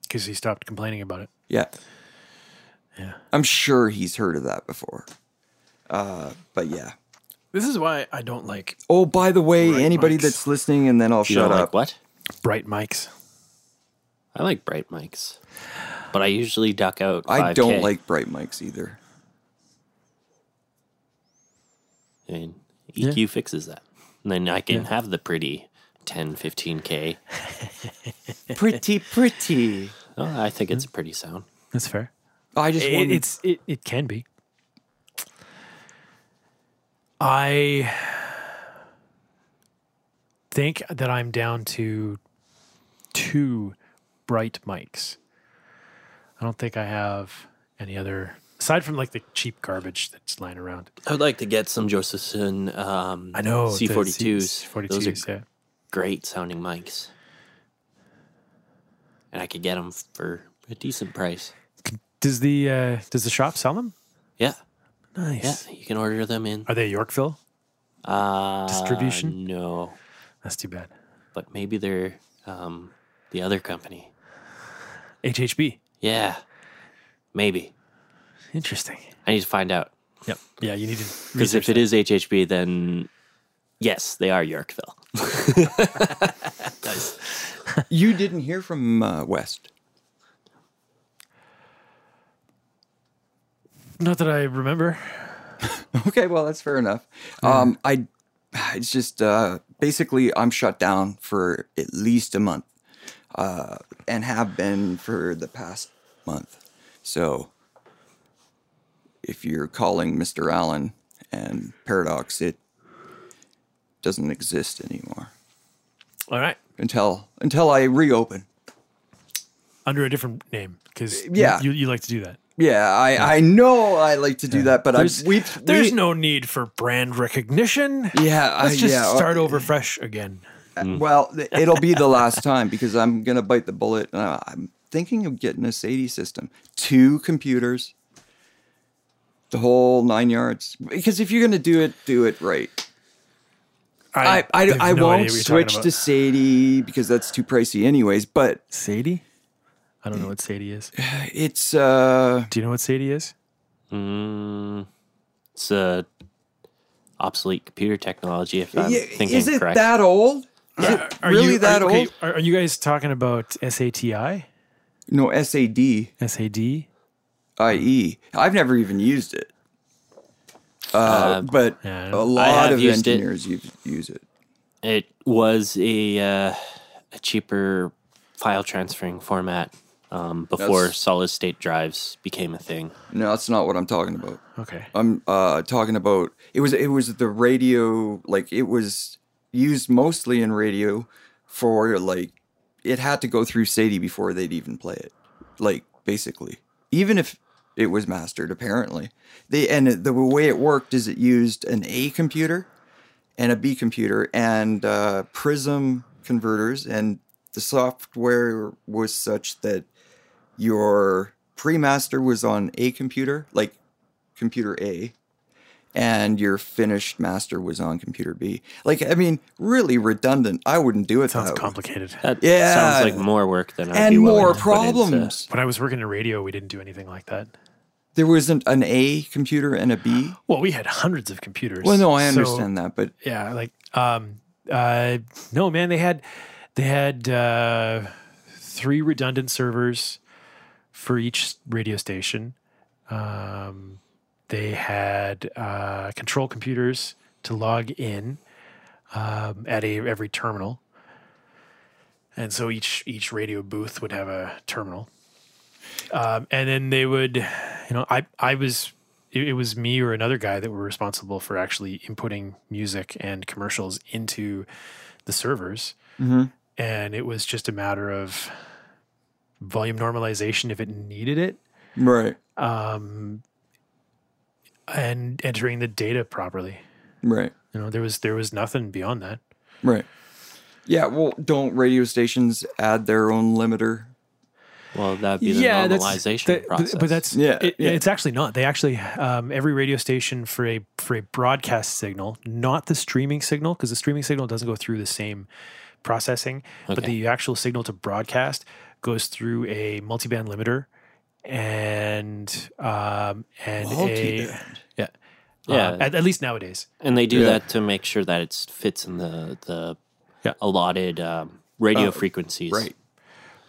[SPEAKER 5] Because he stopped complaining about it.
[SPEAKER 7] Yeah. Yeah. I'm sure he's heard of that before. Uh, but yeah.
[SPEAKER 5] This is why I don't like
[SPEAKER 7] Oh, by the way,
[SPEAKER 5] Right,
[SPEAKER 7] anybody
[SPEAKER 5] Mike.
[SPEAKER 7] that's listening, and then I'll
[SPEAKER 6] You
[SPEAKER 7] shut
[SPEAKER 6] don't
[SPEAKER 7] up.
[SPEAKER 6] like what?
[SPEAKER 5] bright mics.
[SPEAKER 6] I like bright mics, but I usually duck out.
[SPEAKER 7] I don't
[SPEAKER 6] 5K.
[SPEAKER 7] like bright mics either.
[SPEAKER 6] I mean, EQ E fixes that. And then I can have the pretty 10, 15K.
[SPEAKER 7] Pretty, pretty.
[SPEAKER 6] Oh, I think it's a pretty sound.
[SPEAKER 5] That's fair.
[SPEAKER 7] I just
[SPEAKER 5] It,
[SPEAKER 7] wanted-
[SPEAKER 5] it's it, it can be. I think that I'm down to two bright mics. I don't think I have any other aside from like the cheap garbage that's lying around.
[SPEAKER 6] I would like to get some Josephson um,
[SPEAKER 5] I know the
[SPEAKER 6] C42s.
[SPEAKER 5] C-
[SPEAKER 6] Those are
[SPEAKER 5] C42s, yeah.
[SPEAKER 6] great sounding mics. and I could get them for a decent price.
[SPEAKER 5] Does the uh, does the shop sell them?
[SPEAKER 6] Yeah, yeah,
[SPEAKER 5] Nice.
[SPEAKER 6] you can order them in
[SPEAKER 5] Are they Yorkville?
[SPEAKER 6] uh,
[SPEAKER 5] distribution?
[SPEAKER 6] No,
[SPEAKER 5] That's too bad.
[SPEAKER 6] but maybe they're um, the other company.
[SPEAKER 5] HHB.
[SPEAKER 6] Yeah, maybe.
[SPEAKER 5] Interesting.
[SPEAKER 6] I need to find out
[SPEAKER 5] Yep. Yeah, you need to
[SPEAKER 6] because if it is HHB, then yes, they are Yorkville.
[SPEAKER 7] You didn't hear from uh, West.
[SPEAKER 5] Not that I remember.
[SPEAKER 7] Okay, well that's fair enough. Um, I, it's just uh, basically I'm shut down for at least a month, uh, and have been for the past month. So, if you're calling Mr. Allen and Paradox, it doesn't exist anymore
[SPEAKER 5] All right.
[SPEAKER 7] until until I reopen.
[SPEAKER 5] Under a different name because
[SPEAKER 7] Yeah.
[SPEAKER 5] you, you like to do that.
[SPEAKER 7] Yeah, I I know I like to do that, but I
[SPEAKER 5] There's,
[SPEAKER 7] we
[SPEAKER 5] there's
[SPEAKER 7] we-
[SPEAKER 5] no need for brand recognition.
[SPEAKER 7] yeah I-
[SPEAKER 5] Let's just
[SPEAKER 7] yeah, uh,
[SPEAKER 5] start Mm. over fresh again.
[SPEAKER 7] Well, th- it'll be the last time because I'm gonna bite the bullet. And I- I'm thinking of getting a Sadie system, two computers, the whole nine yards. Because if you're gonna do it, do it right. I
[SPEAKER 5] have no
[SPEAKER 7] I, I
[SPEAKER 5] idea what
[SPEAKER 7] won't
[SPEAKER 5] you're talking
[SPEAKER 7] switch
[SPEAKER 5] about.
[SPEAKER 7] to Sadie because that's too pricey, anyways. But
[SPEAKER 5] Sadie. I don't know what Sadie is.
[SPEAKER 7] it's uh,
[SPEAKER 5] Do you know what Sadie is?
[SPEAKER 6] Mm, it's a obsolete computer technology. If I'm
[SPEAKER 7] yeah,
[SPEAKER 6] thinking
[SPEAKER 7] is it
[SPEAKER 6] correct,
[SPEAKER 7] that old?
[SPEAKER 5] Are
[SPEAKER 7] Really
[SPEAKER 5] you,
[SPEAKER 7] that
[SPEAKER 5] are, okay,
[SPEAKER 7] old?
[SPEAKER 5] Are, are you guys talking about SATI?
[SPEAKER 7] No, S A D
[SPEAKER 5] SAD?
[SPEAKER 7] I E. I've never even used it. Uh, but
[SPEAKER 5] yeah, I
[SPEAKER 7] a lot
[SPEAKER 6] have
[SPEAKER 7] of
[SPEAKER 6] used it.
[SPEAKER 7] engineers u- use it.
[SPEAKER 6] it was a uh, a cheaper file transferring format um, before
[SPEAKER 7] That's-
[SPEAKER 6] solid state drives became a thing.
[SPEAKER 7] No, that's not what I'm talking about.
[SPEAKER 5] Okay.
[SPEAKER 7] I'm uh, talking about it was it was the radio like it was used mostly in radio for like it had to go through Sadie before they'd even play it like basically even if it was mastered apparently they and the way it worked is it used an A computer and a B computer and uh, Prism converters and the software was such that your pre-master was on A computer like computer A and your finished master was on computer B. Like, I mean, really redundant. I wouldn't do it
[SPEAKER 5] Sounds
[SPEAKER 7] that way.
[SPEAKER 5] complicated.
[SPEAKER 6] That
[SPEAKER 7] Yeah.
[SPEAKER 6] sounds like more work than I'd be
[SPEAKER 7] And
[SPEAKER 6] willing
[SPEAKER 7] more
[SPEAKER 6] to put into-
[SPEAKER 7] problems.
[SPEAKER 5] When I was working in radio, we didn't do anything like that.
[SPEAKER 7] There wasn't an A computer and a B.
[SPEAKER 5] Well, we had hundreds of computers.
[SPEAKER 7] Well, no, I
[SPEAKER 5] So,
[SPEAKER 7] understand that, but
[SPEAKER 5] yeah, like um uh no man, they had they had uh three redundant servers for each radio station. Um they had uh control computers to log in um at a every terminal. And so each each radio booth would have a terminal. Um and then they would you know, I I was it, it was me or another guy that were responsible for actually inputting music and commercials into the servers, and it was just a matter of volume normalization if it needed it
[SPEAKER 7] right,
[SPEAKER 5] and entering the data properly.
[SPEAKER 7] right,
[SPEAKER 5] You know, there was there was nothing beyond that.
[SPEAKER 7] right. Yeah, well, don't radio stations add their own limiter?
[SPEAKER 6] Well, that'd be the normalization
[SPEAKER 5] that- but-
[SPEAKER 6] process.
[SPEAKER 5] But that's
[SPEAKER 7] Yeah,
[SPEAKER 5] it-
[SPEAKER 7] yeah.
[SPEAKER 5] It's actually not. They actually um, every radio station for a for a broadcast signal, not the streaming signal, because the streaming signal doesn't go through the same processing, but
[SPEAKER 6] Okay.
[SPEAKER 5] the actual signal to broadcast goes through a multiband limiter and um and a
[SPEAKER 7] Multiband?
[SPEAKER 5] yeah
[SPEAKER 6] Yeah.
[SPEAKER 5] Um, at, at least nowadays
[SPEAKER 6] and they do
[SPEAKER 7] Yeah.
[SPEAKER 6] that to make sure that it fits in the the
[SPEAKER 5] Yeah. Uh,
[SPEAKER 6] allotted um, radio frequencies.
[SPEAKER 7] Right.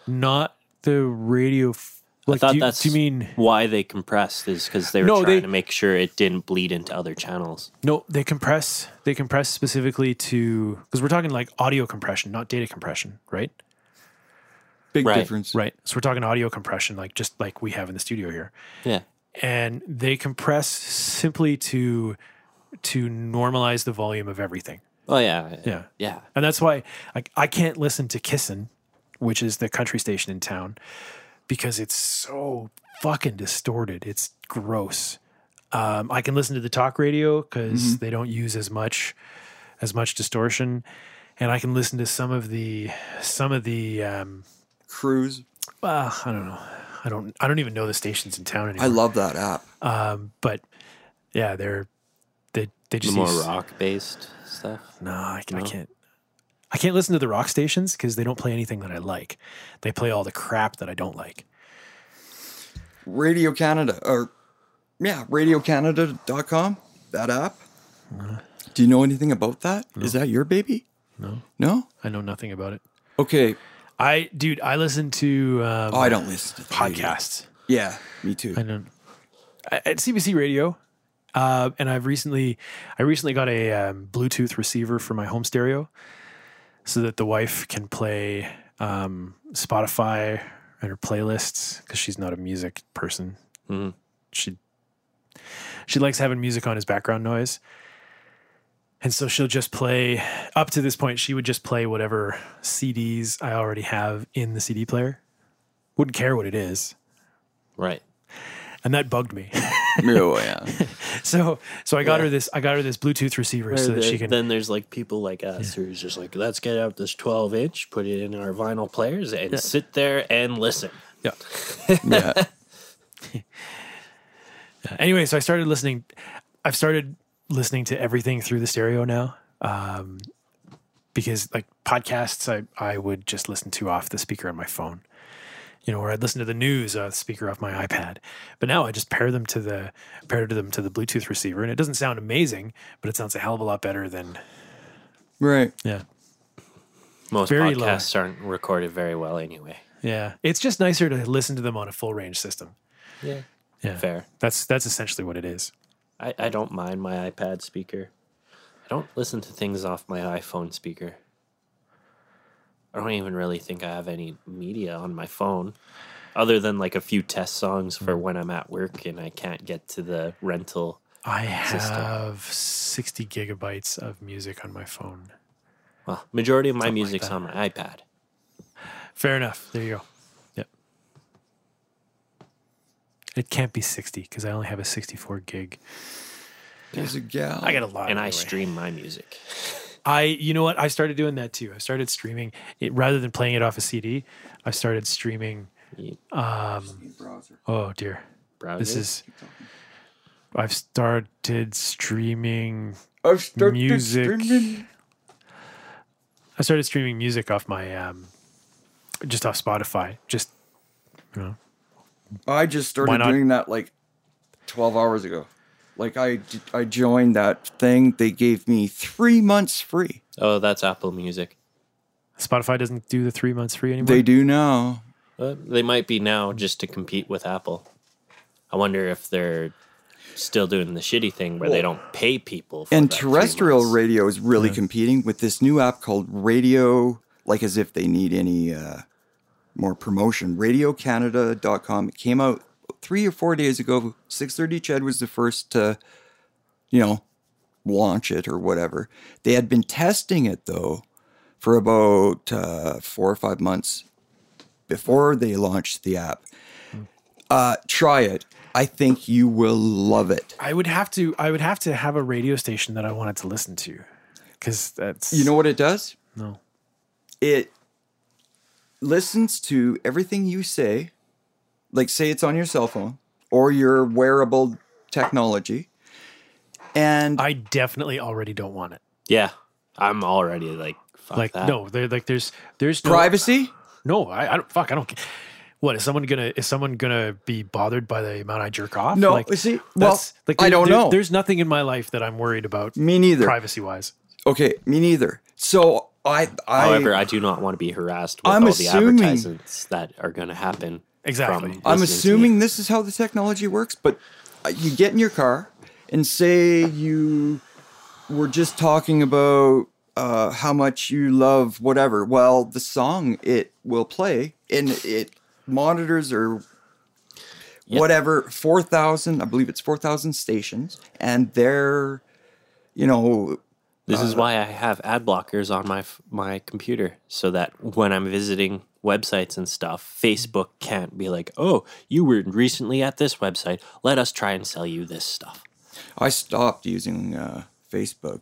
[SPEAKER 5] not the radio f- like
[SPEAKER 6] I thought
[SPEAKER 5] do you-
[SPEAKER 6] that's
[SPEAKER 5] do you mean
[SPEAKER 6] why they compressed is because they were
[SPEAKER 5] No,
[SPEAKER 6] trying
[SPEAKER 5] they-
[SPEAKER 6] to make sure it didn't bleed into other channels.
[SPEAKER 5] No, they compress. They compress specifically to because we're talking like audio compression, not data compression, right?
[SPEAKER 7] Big
[SPEAKER 6] Right,
[SPEAKER 7] difference.
[SPEAKER 5] Right. So we're talking audio compression, like just like we have in the studio here,
[SPEAKER 6] Yeah.
[SPEAKER 5] and they compress simply to to normalize the volume of everything.
[SPEAKER 6] Oh yeah.
[SPEAKER 5] Yeah.
[SPEAKER 6] Yeah.
[SPEAKER 5] And that's why like I can't listen to Kissin, which is the country station in town, because it's so fucking distorted. It's gross. Um, I can listen to the talk radio because
[SPEAKER 6] Mm-hmm.
[SPEAKER 5] they don't use as much as much distortion, and I can listen to some of the some of the um,
[SPEAKER 7] Cruise.
[SPEAKER 5] uh, I don't know. I don't. I don't even know the stations in town anymore.
[SPEAKER 7] I love that app.
[SPEAKER 5] but yeah, they're they they
[SPEAKER 6] The
[SPEAKER 5] just
[SPEAKER 6] more
[SPEAKER 5] use-
[SPEAKER 6] rock based stuff.
[SPEAKER 5] No, I, c- I
[SPEAKER 6] No?
[SPEAKER 5] can't. I can't listen to the rock stations because they don't play anything that I like. They play all the crap that I don't like.
[SPEAKER 7] Radio Canada or yeah, radiocanada.com, that app. Do you know anything about that? Is that your baby? No. No?
[SPEAKER 5] I know nothing about it.
[SPEAKER 7] Okay.
[SPEAKER 5] I dude, I listen to um,
[SPEAKER 7] Oh, I don't listen to the radio.
[SPEAKER 5] podcasts.
[SPEAKER 7] Yeah, me too.
[SPEAKER 5] I don't I- at CBC Radio, uh, and I've recently I recently got a um, Bluetooth receiver for my home stereo, so that the wife can play um, Spotify and her playlists because she's not a music person.
[SPEAKER 6] Mhm.
[SPEAKER 5] She she likes having music on as background noise. And so she'll just play up to this point she would just play whatever CDs I already have in the CD player. Wouldn't care what it is.
[SPEAKER 6] Right.
[SPEAKER 5] And that bugged me.
[SPEAKER 7] oh, yeah.
[SPEAKER 5] So so I got her this I got her this Bluetooth receiver so that
[SPEAKER 6] There-
[SPEAKER 5] she can
[SPEAKER 6] then there's like people like us who's just like, let's get out this 12 inch, put it in our vinyl players, and sit there and listen.
[SPEAKER 7] Yeah.
[SPEAKER 5] anyway, so I started listening I've started listening to everything through the stereo now. Um because like podcasts I, I would just listen to off the speaker on my phone. You know, or I'd listen to the news off the speaker off my iPad. But now I just pair them to the pair them to the Bluetooth receiver and it doesn't sound amazing, but it sounds a hell of a lot better than
[SPEAKER 7] Right.
[SPEAKER 5] yeah.
[SPEAKER 6] Most
[SPEAKER 5] Very low.
[SPEAKER 6] podcasts aren't recorded very well anyway.
[SPEAKER 5] Yeah. It's just nicer to listen to them on a full range system.
[SPEAKER 6] Yeah.
[SPEAKER 5] Yeah.
[SPEAKER 6] Fair.
[SPEAKER 5] That's that's essentially what it is.
[SPEAKER 6] I, I don't mind my iPad speaker. I don't listen to things off my iPhone speaker. I don't even really think I have any media on my phone other than like a few test songs for when I'm at work and I can't get to the rental.
[SPEAKER 5] I
[SPEAKER 6] system.
[SPEAKER 5] have 60 gigabytes of music on my phone.
[SPEAKER 6] Well, majority of my
[SPEAKER 5] Something like
[SPEAKER 6] music's
[SPEAKER 5] that.
[SPEAKER 6] on my iPad.
[SPEAKER 5] Fair enough. There you go. Yep. It can't be 60 because I only have a 64 gig.
[SPEAKER 7] There's a gal.
[SPEAKER 5] I got a lot.
[SPEAKER 6] and I
[SPEAKER 5] anyway.
[SPEAKER 6] stream my music.
[SPEAKER 5] I, you know what? I started doing that too. I started streaming it rather than playing it off a CD. I started streaming. um,
[SPEAKER 6] You
[SPEAKER 5] Oh dear.
[SPEAKER 6] browse
[SPEAKER 5] This
[SPEAKER 6] it?
[SPEAKER 5] is. I've started streaming
[SPEAKER 7] I've started
[SPEAKER 5] music.
[SPEAKER 7] streaming.
[SPEAKER 5] I started streaming music off my, um, just off Spotify. Just
[SPEAKER 7] I just
[SPEAKER 5] Why
[SPEAKER 7] started
[SPEAKER 5] not?
[SPEAKER 7] doing that like 12 hours ago. Like I, I joined that thing. They gave me three months free.
[SPEAKER 6] Oh, that's Apple Music.
[SPEAKER 5] Spotify doesn't do the three months free anymore.
[SPEAKER 7] They do now.
[SPEAKER 6] Uh, they might be now just to compete with Apple. I wonder if they're still doing the shitty thing where they don't pay people. For
[SPEAKER 7] and
[SPEAKER 6] that three
[SPEAKER 7] terrestrial
[SPEAKER 6] months.
[SPEAKER 7] radio is really competing with this new app called radio like as if they need any uh, more promotion radiocanada.com it came out three or four days ago 630 chad was the first to you know launch it or whatever they had been testing it though for about uh, four or five months before they launched the app uh, try it i think you will love it
[SPEAKER 5] I would have to. I would have to have a radio station that I wanted to listen to, because that's
[SPEAKER 7] You know what it does?
[SPEAKER 5] No.
[SPEAKER 7] It listens to everything you say, like say it's on your cell phone or your wearable technology, and
[SPEAKER 5] I definitely already don't want it.
[SPEAKER 6] Yeah, I'm already like fuck
[SPEAKER 5] Like
[SPEAKER 6] that.
[SPEAKER 5] no, there like there's there's no,
[SPEAKER 7] privacy.
[SPEAKER 5] No, I, I don't. Fuck, I don't. ca- What is someone gonna is someone gonna be bothered by the amount I jerk off?
[SPEAKER 7] No,
[SPEAKER 5] like,
[SPEAKER 7] see,
[SPEAKER 5] that's-
[SPEAKER 7] well, I don't know.
[SPEAKER 5] There's nothing in my life that I'm worried about
[SPEAKER 7] Me neither.
[SPEAKER 5] privacy wise.
[SPEAKER 7] Okay, me neither. So I, I
[SPEAKER 6] However, I do not want to be harassed with
[SPEAKER 7] I'm
[SPEAKER 6] all
[SPEAKER 7] assuming-
[SPEAKER 6] the advertisements that are going to happen.
[SPEAKER 5] Exactly.
[SPEAKER 6] from
[SPEAKER 7] I'm
[SPEAKER 6] listening to me.
[SPEAKER 7] assuming this is how the technology works, but uh, you get in your car and say you were just talking about uh, how much you love whatever. Well, the song it will play and it monitors or whatever 4,000, I believe it's 4,000 stations, and they're, you know,
[SPEAKER 6] This
[SPEAKER 7] Uh,
[SPEAKER 6] is why I have ad blockers on my f- my computer so that when I'm visiting websites and stuff, Facebook can't be like, "Oh, you were recently at this website. Let us try and sell you this stuff."
[SPEAKER 7] I stopped using uh, Facebook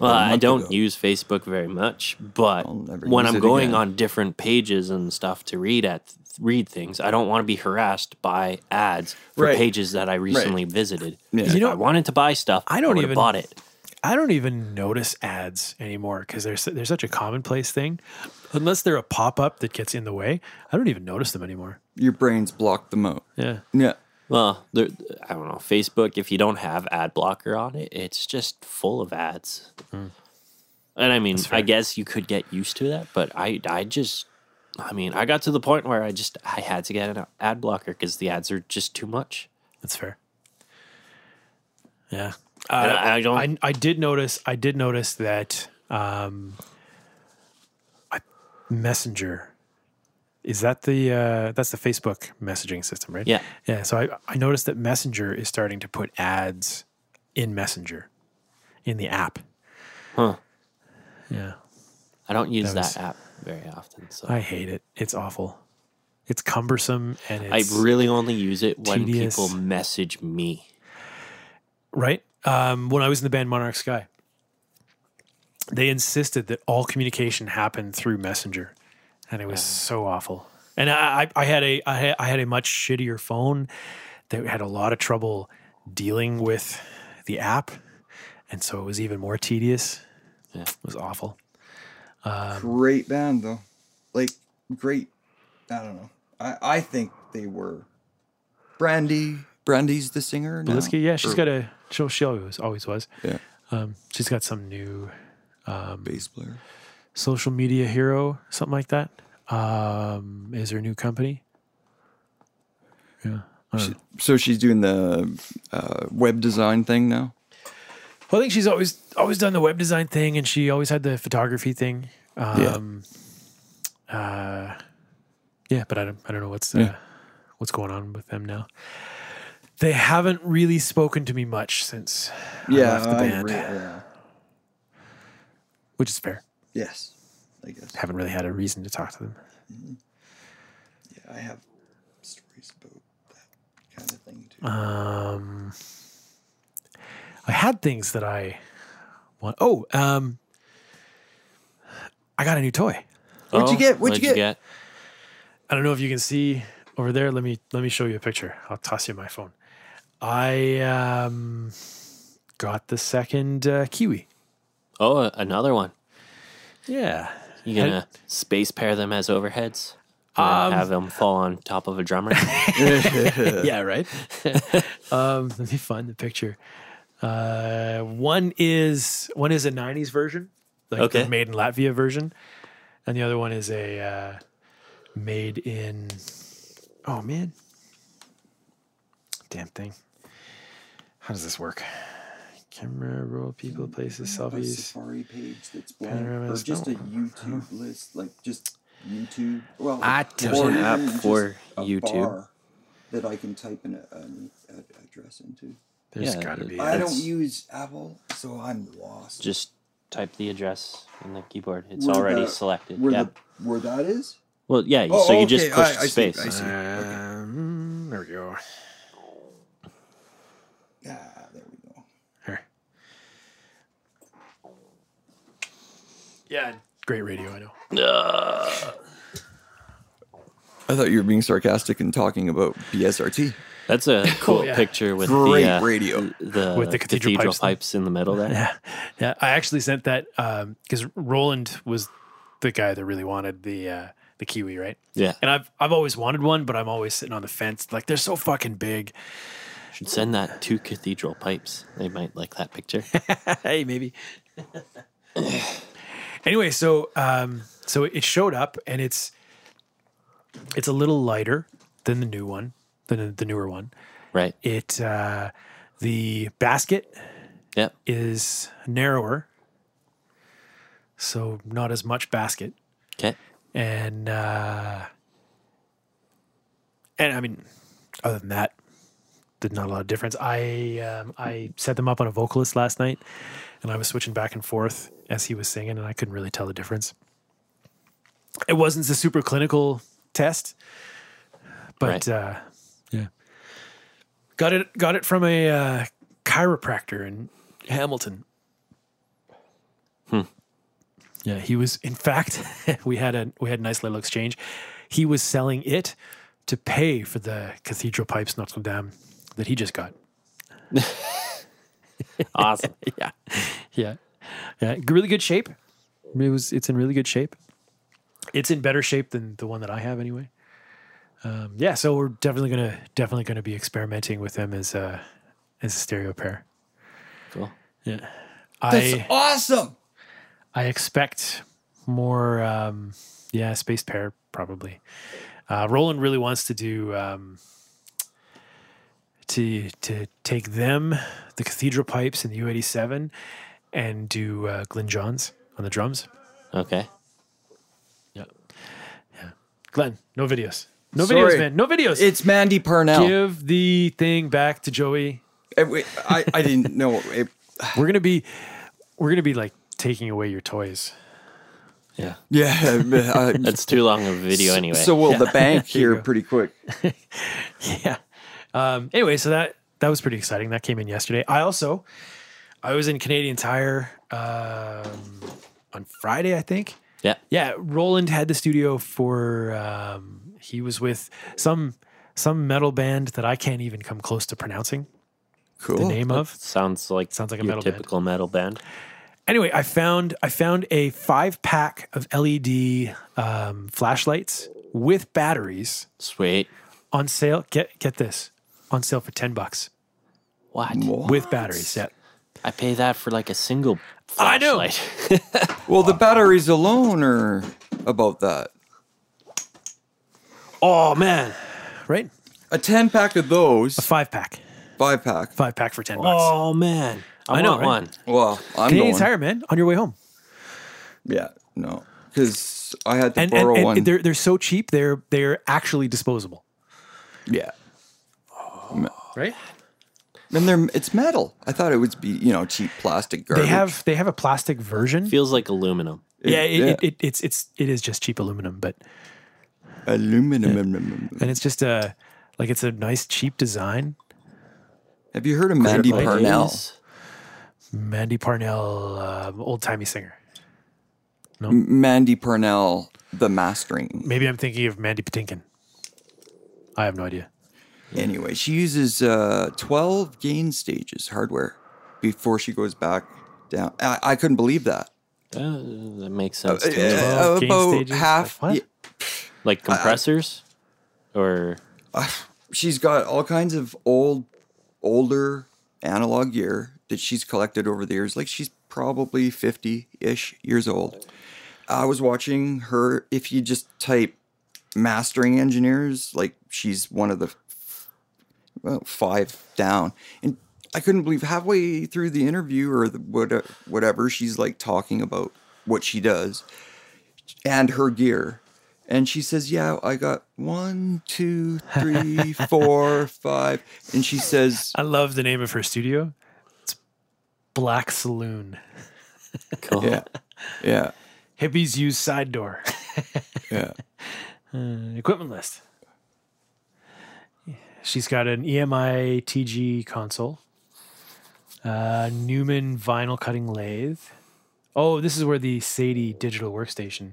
[SPEAKER 6] Well,
[SPEAKER 7] a
[SPEAKER 6] I
[SPEAKER 7] month
[SPEAKER 6] don't
[SPEAKER 7] ago.
[SPEAKER 6] use Facebook very much, but
[SPEAKER 7] I'll never
[SPEAKER 6] when
[SPEAKER 7] use
[SPEAKER 6] I'm
[SPEAKER 7] it
[SPEAKER 6] going
[SPEAKER 7] again.
[SPEAKER 6] on different pages and stuff to read at read things, I don't want to be harassed by ads for
[SPEAKER 7] Right.
[SPEAKER 6] pages that I recently visited.
[SPEAKER 7] Yeah.
[SPEAKER 6] If
[SPEAKER 5] You know-
[SPEAKER 6] I wanted to buy stuff.
[SPEAKER 5] I don't
[SPEAKER 6] would've
[SPEAKER 5] even-
[SPEAKER 6] bought it.
[SPEAKER 5] I don't even notice ads anymore because they're, su- they're such a commonplace thing. Unless they're a pop up that gets in the way, I don't even notice them anymore.
[SPEAKER 7] Your brains block them out.
[SPEAKER 5] Yeah.
[SPEAKER 7] Yeah.
[SPEAKER 6] Well, there, I don't know. Facebook, if you don't have ad blocker on it, it's just full of ads.
[SPEAKER 7] Mm.
[SPEAKER 6] And I mean, I guess you could get used to that, but I, I just, I mean, I got to the point where I just, I had to get an ad blocker because the ads are just too much.
[SPEAKER 5] That's fair. Yeah.
[SPEAKER 6] And I, I don't.
[SPEAKER 5] I, I did notice I did notice that um, I, Messenger is that the uh, that's the Facebook messaging system, right?
[SPEAKER 6] Yeah.
[SPEAKER 5] yeah. So I I noticed that Messenger is starting to put ads in Messenger in the app.
[SPEAKER 6] Huh.
[SPEAKER 5] Yeah,
[SPEAKER 6] I don't use
[SPEAKER 5] That was-
[SPEAKER 6] that, app very often, so
[SPEAKER 5] I
[SPEAKER 6] I,
[SPEAKER 5] hate it. It's awful. It's cumbersome and it's
[SPEAKER 6] really only use it when
[SPEAKER 5] tedious.
[SPEAKER 6] people message me.
[SPEAKER 5] right? Um, when I was in the band Monarch Sky, they insisted that all communication happened through Messenger, and it was so awful. And I, I, I had a I had, I had a much shittier phone that had a lot of trouble dealing with the app, and so it was even more tedious.
[SPEAKER 6] Yeah.
[SPEAKER 5] It was awful.
[SPEAKER 7] Great band though. Like great. I don't know. I I think they were. Brandy. Brandy's the singer. now?
[SPEAKER 5] Blitzky, yeah, she's
[SPEAKER 7] Or
[SPEAKER 5] got a she she always always was.
[SPEAKER 7] Yeah.
[SPEAKER 5] Um, she's got some new
[SPEAKER 7] bass player.
[SPEAKER 5] social media hero, something like that. Um, is her new company?
[SPEAKER 7] So she's doing the uh, web design thing now.
[SPEAKER 5] Well, I think she's always always done the web design thing, and she always had the photography thing. Um, yeah. Uh, yeah, but I don't I don't know what's uh,
[SPEAKER 7] Yeah.
[SPEAKER 5] what's going on with them now. They haven't really spoken to me much since,
[SPEAKER 7] yeah.
[SPEAKER 5] left the
[SPEAKER 7] I
[SPEAKER 5] band.
[SPEAKER 7] re- yeah.
[SPEAKER 5] which is fair.
[SPEAKER 7] Yes. I guess.
[SPEAKER 5] Haven't really had a reason to talk to them.
[SPEAKER 7] Yeah, I have stories about that kind of thing too.
[SPEAKER 5] Um, I had things that I want. Oh, um, I got a new toy.
[SPEAKER 7] What'd you
[SPEAKER 6] Oh,
[SPEAKER 7] get? What'd you get?
[SPEAKER 5] I don't know if you can see over there. Let me let me show you a picture. I'll toss you my phone. I um, got the second uh, kiwi.
[SPEAKER 6] Oh, uh, another one.
[SPEAKER 5] Yeah,
[SPEAKER 6] You gonna space pair them as overheads? And
[SPEAKER 5] Um,
[SPEAKER 6] then have them fall on top of a drummer.
[SPEAKER 5] yeah, right. um, let me find the picture. Uh, one is one is a '90s version, like
[SPEAKER 6] Okay.
[SPEAKER 5] the made in Latvia version, and the other one is a uh, made in. Oh man, damn thing! How does this work? Camera roll, people, places,
[SPEAKER 7] A
[SPEAKER 5] selfies.
[SPEAKER 7] Safari page that's blank,
[SPEAKER 5] Panorama
[SPEAKER 7] or
[SPEAKER 5] is
[SPEAKER 7] just a
[SPEAKER 5] not-
[SPEAKER 7] YouTube list, like just YouTube. Well,
[SPEAKER 6] I
[SPEAKER 7] or
[SPEAKER 6] there's an
[SPEAKER 7] even
[SPEAKER 6] app
[SPEAKER 7] just
[SPEAKER 6] for
[SPEAKER 7] a
[SPEAKER 6] YouTube.
[SPEAKER 7] bar that I can type in a, an ad- address into.
[SPEAKER 5] There's
[SPEAKER 6] Yeah,
[SPEAKER 5] gotta be.
[SPEAKER 6] Yeah,
[SPEAKER 7] I
[SPEAKER 5] a-
[SPEAKER 7] don't
[SPEAKER 6] it's-
[SPEAKER 7] use Apple, so I'm lost.
[SPEAKER 6] Just type the address in the keyboard. It's
[SPEAKER 7] Where
[SPEAKER 6] already
[SPEAKER 7] the-
[SPEAKER 6] selected.
[SPEAKER 7] Where
[SPEAKER 6] Yeah.
[SPEAKER 7] the where that is?
[SPEAKER 6] well, yeah.
[SPEAKER 7] Oh,
[SPEAKER 6] so you just
[SPEAKER 7] okay,
[SPEAKER 6] push
[SPEAKER 7] I-
[SPEAKER 6] the
[SPEAKER 7] I see,
[SPEAKER 6] space.
[SPEAKER 7] I see.
[SPEAKER 5] Um, there we go.
[SPEAKER 7] Ah, there we go.
[SPEAKER 5] Here. Yeah, great radio. I know.
[SPEAKER 7] I thought you were being sarcastic and talking about BSRT.
[SPEAKER 6] That's a cool
[SPEAKER 5] yeah.
[SPEAKER 6] picture with
[SPEAKER 7] Great
[SPEAKER 6] the uh,
[SPEAKER 7] radio.
[SPEAKER 6] the
[SPEAKER 5] With the cathedral pipes.
[SPEAKER 6] pipes in the middle there.
[SPEAKER 5] Yeah, yeah. I actually sent that because Roland was the guy that really wanted the uh, the kiwi, right?
[SPEAKER 6] Yeah.
[SPEAKER 5] And I've I've always wanted one, but I'm always sitting on the fence. Like they're so fucking big.
[SPEAKER 6] Should send that to cathedral pipes. They might like that picture.
[SPEAKER 5] hey, maybe. anyway, so um, so it showed up, and it's it's a little lighter than the new one, than the newer one.
[SPEAKER 6] right.
[SPEAKER 5] It uh, the basket
[SPEAKER 6] Yep.
[SPEAKER 5] is narrower, so not as much basket.
[SPEAKER 6] Okay.
[SPEAKER 5] and uh and i mean other than that did not a lot of difference i um, i set them up on a vocalist last night and i was switching back and forth as he was singing and i couldn't really tell the difference it wasn't the super clinical test but
[SPEAKER 6] Right.
[SPEAKER 5] uh yeah got it got it from a uh, chiropractor in hamilton Yeah, he was. In fact, we had a we had a nice little exchange. He was selling it to pay for the cathedral pipes Notre Dame that he just got.
[SPEAKER 6] Awesome.
[SPEAKER 5] yeah, yeah, yeah. g- Really good shape. It was. It's in really good shape. It's in better shape than the one that I have, anyway. Um, yeah, so we're definitely gonna definitely gonna be experimenting with them as a as a stereo pair.
[SPEAKER 6] Cool.
[SPEAKER 5] Yeah,
[SPEAKER 7] That's
[SPEAKER 5] I
[SPEAKER 7] awesome.
[SPEAKER 5] I expect more. Um, yeah, space pair probably. Uh, Roland really wants to do um, to to take them, the Cathedral Pipes and the U eighty seven, and do uh, Glenn Johns on the drums.
[SPEAKER 6] Okay.
[SPEAKER 5] Glenn, no videos, no
[SPEAKER 7] Sorry.
[SPEAKER 5] videos, man, no videos.
[SPEAKER 7] It's Mandy Parnell.
[SPEAKER 5] Give the thing back to Joey.
[SPEAKER 7] Eh, wait, I, I didn't know. It,
[SPEAKER 5] We're gonna be we're gonna be like taking away your toys.
[SPEAKER 6] Yeah.
[SPEAKER 7] yeah. uh,
[SPEAKER 6] That's too long of a video anyway.
[SPEAKER 7] So will the bank here pretty quick.
[SPEAKER 5] yeah. Um, anyway, so that that was pretty exciting. That came in yesterday. I also I was in Canadian Tire um, on Friday, I think.
[SPEAKER 6] yeah.
[SPEAKER 5] Yeah, Roland had the studio for um, he was with some some metal band that I can't even come close to pronouncing
[SPEAKER 7] Cool.
[SPEAKER 5] the
[SPEAKER 6] Oh,
[SPEAKER 5] name of.
[SPEAKER 6] Sounds like
[SPEAKER 5] Sounds like a
[SPEAKER 6] your
[SPEAKER 5] metal band.
[SPEAKER 6] typical metal band.
[SPEAKER 5] Anyway, I found I found a five pack of LED um, flashlights with batteries
[SPEAKER 6] Sweet.
[SPEAKER 5] on sale. Get get this on sale for ten bucks
[SPEAKER 6] What?
[SPEAKER 7] Mm.
[SPEAKER 5] with batteries. Yeah.
[SPEAKER 6] I pay that for like a single
[SPEAKER 5] I know.
[SPEAKER 6] flashlight.
[SPEAKER 7] Well, the batteries alone are about that.
[SPEAKER 5] Oh man, right?
[SPEAKER 7] A 10 pack of those,
[SPEAKER 5] A five pack,
[SPEAKER 7] five pack.
[SPEAKER 5] five pack for ten bucks.
[SPEAKER 6] oh man. I,
[SPEAKER 5] I know,
[SPEAKER 6] want
[SPEAKER 5] right?
[SPEAKER 6] one.
[SPEAKER 7] Well, I'm
[SPEAKER 5] Canadian
[SPEAKER 7] going.
[SPEAKER 5] Tire, man, on your way home,
[SPEAKER 7] Yeah, no. Because I had to
[SPEAKER 5] and and,
[SPEAKER 7] borrow
[SPEAKER 5] and
[SPEAKER 7] oh one.
[SPEAKER 5] they're they're so cheap, they're they're actually disposable,
[SPEAKER 7] yeah.
[SPEAKER 5] right?
[SPEAKER 7] And they're, it's metal. I thought it would be, you know, cheap plastic garbage.
[SPEAKER 5] They have they have a plastic version.
[SPEAKER 6] Feels like aluminum.
[SPEAKER 5] yeah, it, It, it, it's it's it is just cheap aluminum, but
[SPEAKER 7] Aluminum. mm,
[SPEAKER 5] and it's just a like it's a nice cheap design.
[SPEAKER 7] Have you heard of Mandy
[SPEAKER 6] Like
[SPEAKER 7] Parnell?
[SPEAKER 6] this.
[SPEAKER 5] Mandy Parnell, um, old timey singer.
[SPEAKER 7] Mandy Parnell, the mastering.
[SPEAKER 5] Maybe I'm thinking of Mandy Patinkin. I have no idea.
[SPEAKER 7] Anyway, she uses uh, 12 gain stages hardware before she goes back down. I, I couldn't believe that.
[SPEAKER 6] Uh, that makes sense. to me.
[SPEAKER 5] 12
[SPEAKER 7] Uh,
[SPEAKER 5] gain
[SPEAKER 7] about
[SPEAKER 5] stages?
[SPEAKER 7] half.
[SPEAKER 5] What?
[SPEAKER 7] yeah,
[SPEAKER 6] like compressors, or
[SPEAKER 7] uh, she's got all kinds of old, older analog gear that she's collected over the years. Like she's probably 50 ish years old. I was watching her. If you just type mastering engineers, like she's one of the well, five down. And I couldn't believe halfway through the interview or the, what, whatever, she's like talking about what she does and her gear. And she says, Yeah, I got one, two, three, four, five. And she says,
[SPEAKER 5] I love the name of her studio. It's Black Saloon.
[SPEAKER 6] cool.
[SPEAKER 7] Yeah, yeah,
[SPEAKER 5] Hippies use side door.
[SPEAKER 7] yeah.
[SPEAKER 5] Equipment list. She's got an E EMI TG console, uh, Newman vinyl cutting lathe. Oh, this is where the Sadie digital workstation.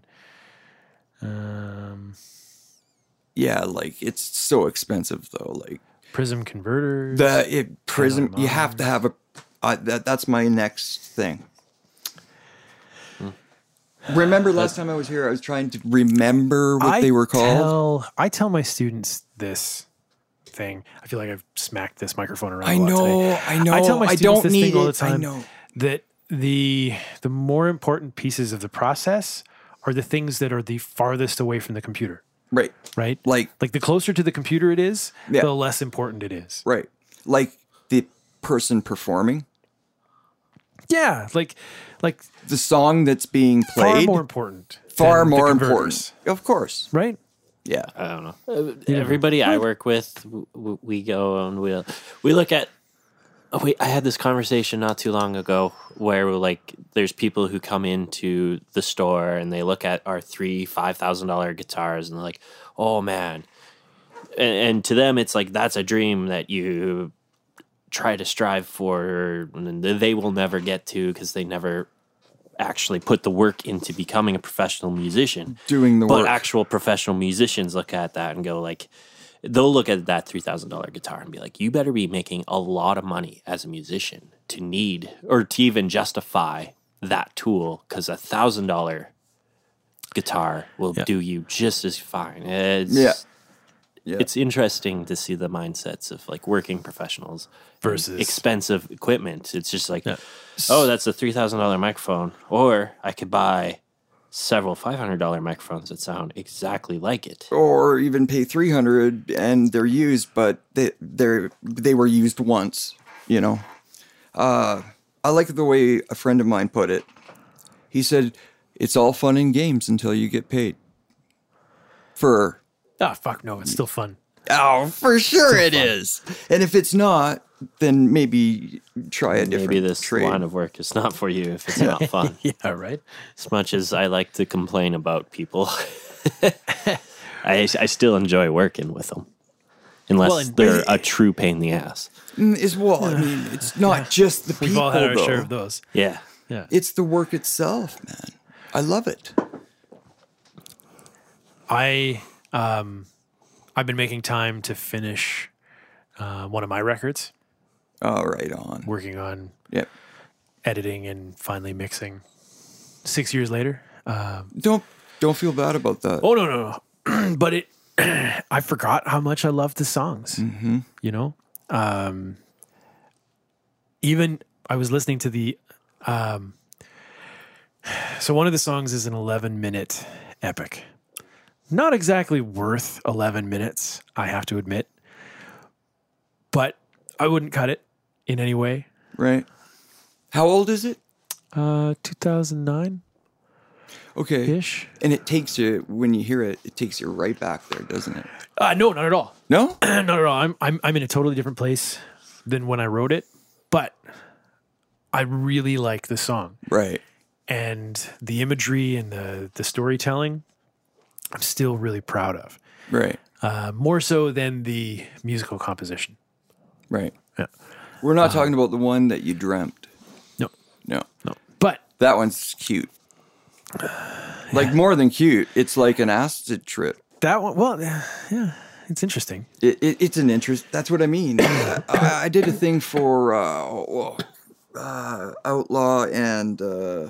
[SPEAKER 5] Um,
[SPEAKER 7] Yeah, like it's so expensive though. Like
[SPEAKER 5] Prism converter.
[SPEAKER 7] the it, prism, you have to have a. I, that that's my next thing.
[SPEAKER 5] Hmm.
[SPEAKER 7] Remember last time I was here, I was trying to remember what
[SPEAKER 5] I
[SPEAKER 7] they were called.
[SPEAKER 5] Tell, I tell my students this thing. I feel like I've smacked this microphone around.
[SPEAKER 7] I
[SPEAKER 5] a lot today.
[SPEAKER 7] know, I know.
[SPEAKER 5] I tell my
[SPEAKER 7] I
[SPEAKER 5] students
[SPEAKER 7] don't
[SPEAKER 5] this
[SPEAKER 7] need
[SPEAKER 5] thing all the
[SPEAKER 7] it, I
[SPEAKER 5] time.
[SPEAKER 7] know.
[SPEAKER 5] that the the more important pieces of the process are the things that are the farthest away from the computer,
[SPEAKER 7] Right,
[SPEAKER 5] right?
[SPEAKER 7] like
[SPEAKER 5] like the closer to the computer it is,
[SPEAKER 7] Yeah.
[SPEAKER 5] the less important it is.
[SPEAKER 7] right, like the person performing
[SPEAKER 5] Yeah, like like
[SPEAKER 7] the song that's being
[SPEAKER 5] far
[SPEAKER 7] played.
[SPEAKER 5] more important.
[SPEAKER 7] far
[SPEAKER 5] than the
[SPEAKER 7] more
[SPEAKER 5] converters,
[SPEAKER 7] important, of course.
[SPEAKER 5] right?
[SPEAKER 7] Yeah,
[SPEAKER 6] I don't know. Uh, Everybody I work with, w- w- we go and we we look at. Oh wait, I had this conversation not too long ago where we're like, there's people who come into the store and they look at our three five thousand dollar guitars and they're like, oh man, and, and to them it's like that's a dream that you try to strive for and they will never get to because they never actually put the work into becoming a professional musician.
[SPEAKER 7] Doing the
[SPEAKER 6] but
[SPEAKER 7] work.
[SPEAKER 6] actual professional musicians look at that and go like, they'll look at that three thousand dollar guitar and be like, you better be making a lot of money as a musician to need or to even justify that tool because a thousand dollar guitar will do you just as fine. It's,
[SPEAKER 7] Yeah. Yeah.
[SPEAKER 6] It's interesting to see the mindsets of like working professionals and
[SPEAKER 5] Versus-
[SPEAKER 6] expensive equipment. It's just like, oh, that's a three thousand dollar microphone, or I could buy several five hundred dollar microphones that sound exactly like it.
[SPEAKER 7] or even pay 300 and they're used but they they're they were used once you know uh i like the way a friend of mine put it he said it's all fun and games until you get paid for
[SPEAKER 5] Ah, fuck no, it's still fun.
[SPEAKER 7] oh for sure it is and if it's not then maybe try a different
[SPEAKER 6] Maybe this
[SPEAKER 7] trade
[SPEAKER 6] line of work is not for you if it's not fun.
[SPEAKER 5] Yeah, right.
[SPEAKER 6] As much as I like to complain about people, I, I still enjoy working with them, unless
[SPEAKER 5] Well, and-
[SPEAKER 6] they're a true pain in the ass.
[SPEAKER 7] Mm, as well i mean it's not just the
[SPEAKER 5] We've
[SPEAKER 7] people
[SPEAKER 5] all had our
[SPEAKER 7] though.
[SPEAKER 5] share of those.
[SPEAKER 6] Yeah.
[SPEAKER 7] it's the work itself man i love it
[SPEAKER 5] I um, I've been making time to finish uh, one of my records,
[SPEAKER 7] all right on
[SPEAKER 5] working on
[SPEAKER 7] yep
[SPEAKER 5] editing and finally mixing. Six years later.
[SPEAKER 7] Don't don't feel bad about that.
[SPEAKER 5] Oh no no no! but it, I forgot how much I loved the songs. You know, um, even I was listening to the. Um, so one of the songs is an eleven-minute epic. Not exactly worth eleven minutes, I have to admit, but I wouldn't cut it in any way.
[SPEAKER 7] Right. How old is it?
[SPEAKER 5] Uh, two thousand nine
[SPEAKER 7] Okay.
[SPEAKER 5] ish.
[SPEAKER 7] And it takes you when you hear it, it takes you right back there, doesn't it?
[SPEAKER 5] Uh, no, not at all.
[SPEAKER 7] No?
[SPEAKER 5] not at all. I'm, I'm I'm in a totally different place than when I wrote it, but I really like the song
[SPEAKER 7] right.
[SPEAKER 5] and the imagery and the the storytelling. I'm still really proud of
[SPEAKER 7] Right.
[SPEAKER 5] uh, more so than the musical composition.
[SPEAKER 7] Right.
[SPEAKER 5] Yeah.
[SPEAKER 7] We're not talking about the one that you dreamt.
[SPEAKER 5] No,
[SPEAKER 7] No.
[SPEAKER 5] no, but
[SPEAKER 7] That one's cute. Like more than cute. It's like an acid trip.
[SPEAKER 5] that one. Well, yeah, yeah, it's interesting.
[SPEAKER 7] It, it, it's an interest. That's what I mean. I, I did a thing for uh, oh, uh, Outlaw and uh,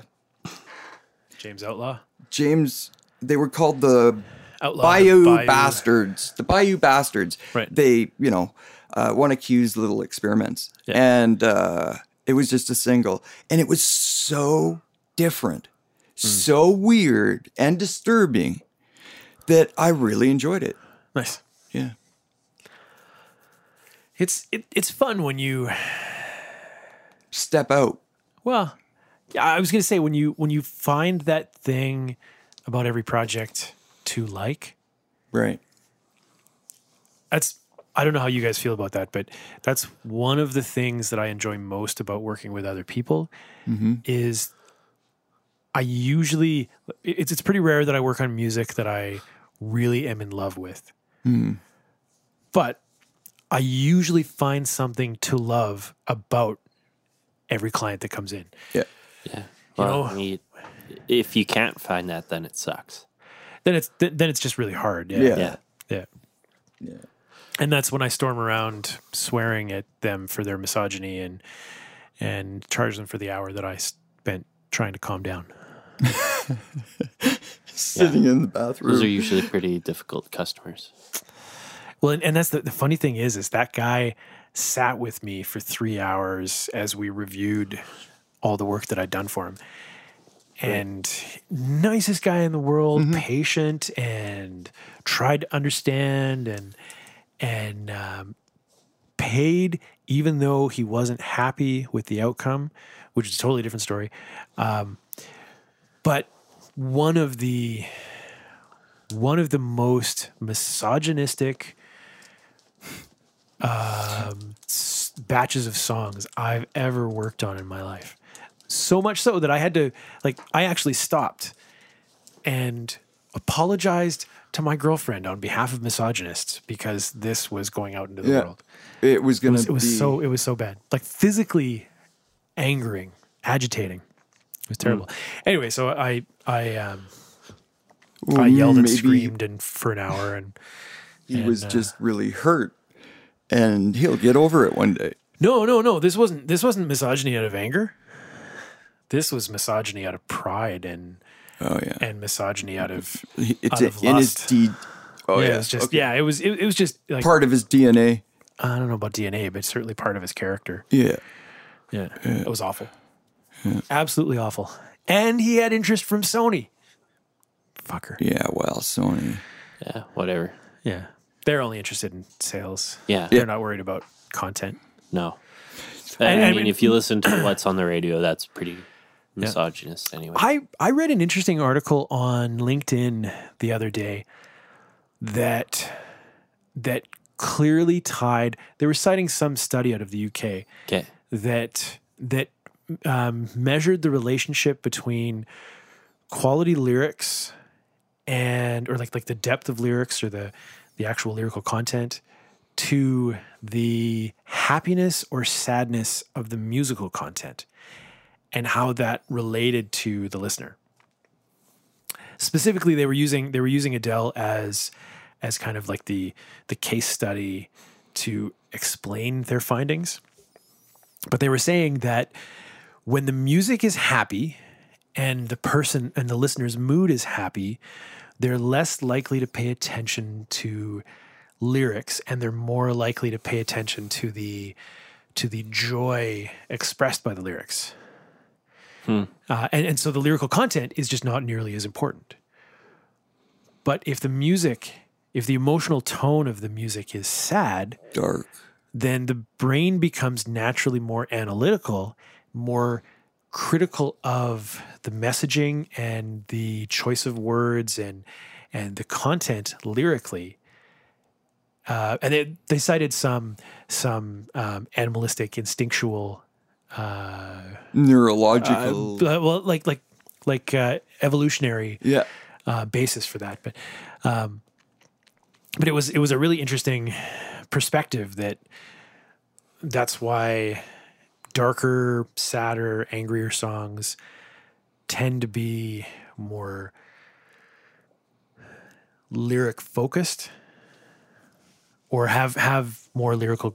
[SPEAKER 5] James Outlaw,
[SPEAKER 7] James. They were called the
[SPEAKER 5] Outlaw,
[SPEAKER 7] Bayou, bastards, the Bayou bastards.
[SPEAKER 5] Right.
[SPEAKER 7] They, you know, uh, one accused little experiments, and uh, it was just a single, and it was so different, so weird and disturbing that I really enjoyed it.
[SPEAKER 5] Nice.
[SPEAKER 7] Yeah,
[SPEAKER 5] It's it, it's fun when you
[SPEAKER 7] step out.
[SPEAKER 5] Well, yeah, I was gonna say when you when you find that thing about every project to like,
[SPEAKER 7] Right.
[SPEAKER 5] that's I don't know how you guys feel about that, but that's one of the things that I enjoy most about working with other people is I usually it's it's pretty rare that I work on music that I really am in love with. But I usually find something to love about every client that comes in.
[SPEAKER 7] Yeah.
[SPEAKER 5] know-
[SPEAKER 6] Well, I mean, if you can't find that, then it sucks.
[SPEAKER 5] then it's th- then it's just really hard. Yeah.
[SPEAKER 7] Yeah.
[SPEAKER 5] yeah. Yeah. And that's when I storm around swearing at them for their misogyny and and charge them for the hour that I spent trying to calm down.
[SPEAKER 7] Sitting in the
[SPEAKER 6] Those are
[SPEAKER 7] bathroom.
[SPEAKER 6] usually pretty difficult customers.
[SPEAKER 5] Well, and, and that's the, the funny thing is, is that guy sat with me for three hours as we reviewed all the work that I'd done for him. And nicest guy in the world, patient and tried to understand and and um, paid even though he wasn't happy with the outcome, which is a totally different story. Um, but one of the one of the most misogynistic um, s- batches of songs I've ever worked on in my life. So much so that I had to, like, I actually stopped and apologized to my girlfriend on behalf of misogynists because this was going out into the
[SPEAKER 7] Yeah.
[SPEAKER 5] world.
[SPEAKER 7] It was gonna
[SPEAKER 5] It was
[SPEAKER 7] be
[SPEAKER 5] so it was so bad, like physically angering, agitating. It
[SPEAKER 7] Hmm.
[SPEAKER 5] was terrible. Anyway, so I I um, I yelled and
[SPEAKER 7] Hmm, maybe-
[SPEAKER 5] screamed and for an hour and
[SPEAKER 7] He was
[SPEAKER 5] uh,
[SPEAKER 7] just really hurt, and he'll get over it one day.
[SPEAKER 5] no no no this wasn't this wasn't misogyny out of anger. This was misogyny out of pride and
[SPEAKER 7] Oh yeah,
[SPEAKER 5] and misogyny out of
[SPEAKER 7] He- it's
[SPEAKER 5] out of
[SPEAKER 7] in his
[SPEAKER 5] lust.
[SPEAKER 7] D. Oh
[SPEAKER 5] yeah,
[SPEAKER 7] yeah,
[SPEAKER 5] it was just
[SPEAKER 7] okay.
[SPEAKER 5] yeah it was it, it was just like
[SPEAKER 7] part of his DNA.
[SPEAKER 5] I don't know about DNA but certainly part of his character.
[SPEAKER 7] Yeah,
[SPEAKER 5] Yeah. It was awful. Absolutely awful. And he had interest from Sony. Fucker.
[SPEAKER 7] yeah. Well, Sony.
[SPEAKER 6] Yeah, whatever.
[SPEAKER 5] Yeah. They're only interested in sales.
[SPEAKER 6] Yeah,
[SPEAKER 5] They're not worried about content.
[SPEAKER 6] no.
[SPEAKER 5] I-
[SPEAKER 6] I,
[SPEAKER 5] I
[SPEAKER 6] mean,
[SPEAKER 5] mean-
[SPEAKER 6] if you listen to what's on the radio, that's pretty misogynist anyway.
[SPEAKER 5] I, I read an interesting article on LinkedIn the other day that that clearly tied they were citing some study out of the UK
[SPEAKER 6] Okay.
[SPEAKER 5] that that um, measured the relationship between quality lyrics and or like like the depth of lyrics or the the actual lyrical content to the happiness or sadness of the musical content and how that related to the listener specifically they were using they were using Adele as as kind of like the the case study to explain their findings but they were saying that when the music is happy and the person and the listener's mood is happy, they're less likely to pay attention to lyrics and they're more likely to pay attention to the to the joy expressed by the lyrics. Uh, and, and so the lyrical content is just not nearly as important. But if the music, if the emotional tone of the music is sad,
[SPEAKER 7] Dark.
[SPEAKER 5] then the brain becomes naturally more analytical, more critical of the messaging and the choice of words and and the content lyrically. Uh, and they, they cited some some um, animalistic instinctual uh,
[SPEAKER 7] Neurological.
[SPEAKER 5] well like like like uh, evolutionary
[SPEAKER 7] yeah.
[SPEAKER 5] uh, basis for that. But um, but it was it was a really interesting perspective that that's why darker, sadder, angrier songs tend to be more lyric focused or have have more lyrical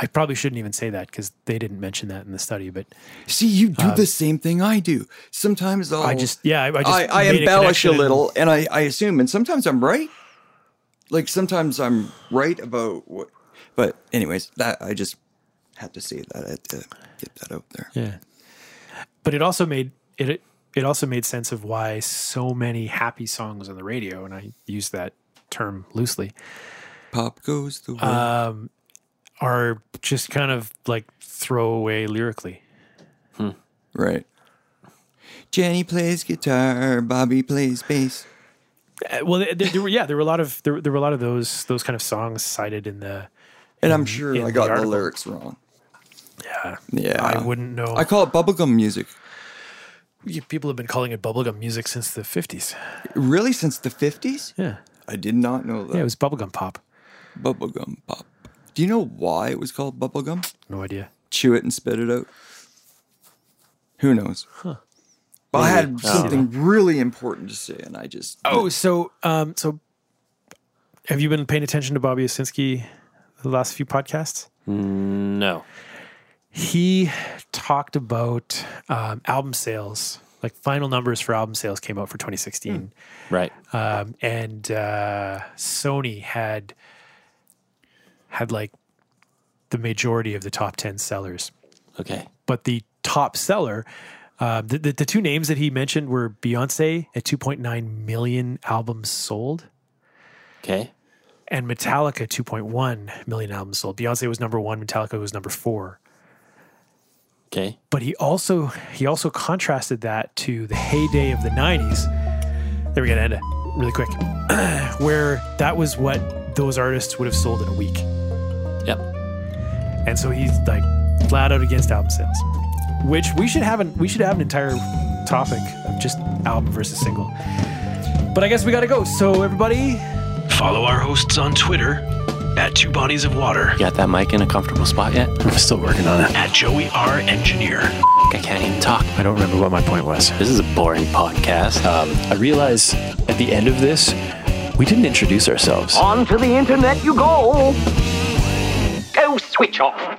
[SPEAKER 5] I probably shouldn't even say that cuz they didn't mention that in the study but
[SPEAKER 7] See, you do the same thing I do. Sometimes I'll,
[SPEAKER 5] Um, I just yeah I I just
[SPEAKER 7] Oh. I, I
[SPEAKER 5] made a
[SPEAKER 7] embellish a,
[SPEAKER 5] connection and-
[SPEAKER 7] little and I, I assume, and sometimes I'm right. Like sometimes I'm right about what, but anyways, that I just had to say that I had to get that out there.
[SPEAKER 5] Yeah. But it also made it it also made sense of why so many happy songs on the radio, and I use that term loosely,
[SPEAKER 7] Pop goes the way.
[SPEAKER 5] Uh, are just kind of like throwaway lyrically.
[SPEAKER 7] right. Jenny plays guitar, Bobby plays bass.
[SPEAKER 5] Uh, Well, there, there were yeah, there were a lot of there, there were a lot of those those kind of songs cited in the.
[SPEAKER 7] And I'm sure
[SPEAKER 5] Mm-hmm. in
[SPEAKER 7] I
[SPEAKER 5] the
[SPEAKER 7] got the,
[SPEAKER 5] article.
[SPEAKER 7] lyrics wrong.
[SPEAKER 5] Yeah,
[SPEAKER 7] Yeah.
[SPEAKER 5] I wouldn't know.
[SPEAKER 7] I call it bubblegum music.
[SPEAKER 5] Yeah, People have been calling it bubblegum music since the fifties.
[SPEAKER 7] Really, since the 50s?
[SPEAKER 5] Yeah,
[SPEAKER 7] I did not know that.
[SPEAKER 5] yeah, it was bubblegum pop.
[SPEAKER 7] bubblegum pop. Do you know why it was called bubblegum?
[SPEAKER 5] No idea.
[SPEAKER 7] Chew it and spit it out. Who knows? But I had something really important to say, and I just
[SPEAKER 5] Oh, so um, so have you been paying attention to Bobby Osinski the last few podcasts?
[SPEAKER 6] No.
[SPEAKER 5] he talked about um, album sales like final numbers for album sales came out for 2016
[SPEAKER 6] Right.
[SPEAKER 5] um, and uh, sony had had like the majority of the top 10 sellers
[SPEAKER 6] Okay.
[SPEAKER 5] but the top seller uh, the, the, the two names that he mentioned were beyonce at 2.9 million albums sold
[SPEAKER 6] Okay.
[SPEAKER 5] and Metallica 2.1 million albums sold. Beyonce was number one, Metallica was number four.
[SPEAKER 6] Okay.
[SPEAKER 5] but he also he also contrasted that to the heyday of the 90s there we go end it really quick where that was what those artists would have sold in a week
[SPEAKER 6] Yep.
[SPEAKER 5] and so he's like flat out against album sales which we should have an we should have an entire topic of just album versus single but i guess we gotta go so everybody
[SPEAKER 2] Follow our hosts on Twitter at
[SPEAKER 5] at Two Bodies of Water,
[SPEAKER 11] Got that mic in a comfortable spot yet?
[SPEAKER 12] I'm still working on it.
[SPEAKER 5] at Joey R. Engineer.
[SPEAKER 11] I can't even talk.
[SPEAKER 12] I don't remember what my point was.
[SPEAKER 11] This is a boring podcast.
[SPEAKER 2] Um, I realize at the end of this, we didn't introduce ourselves.
[SPEAKER 8] On to the internet you go. Go switch off.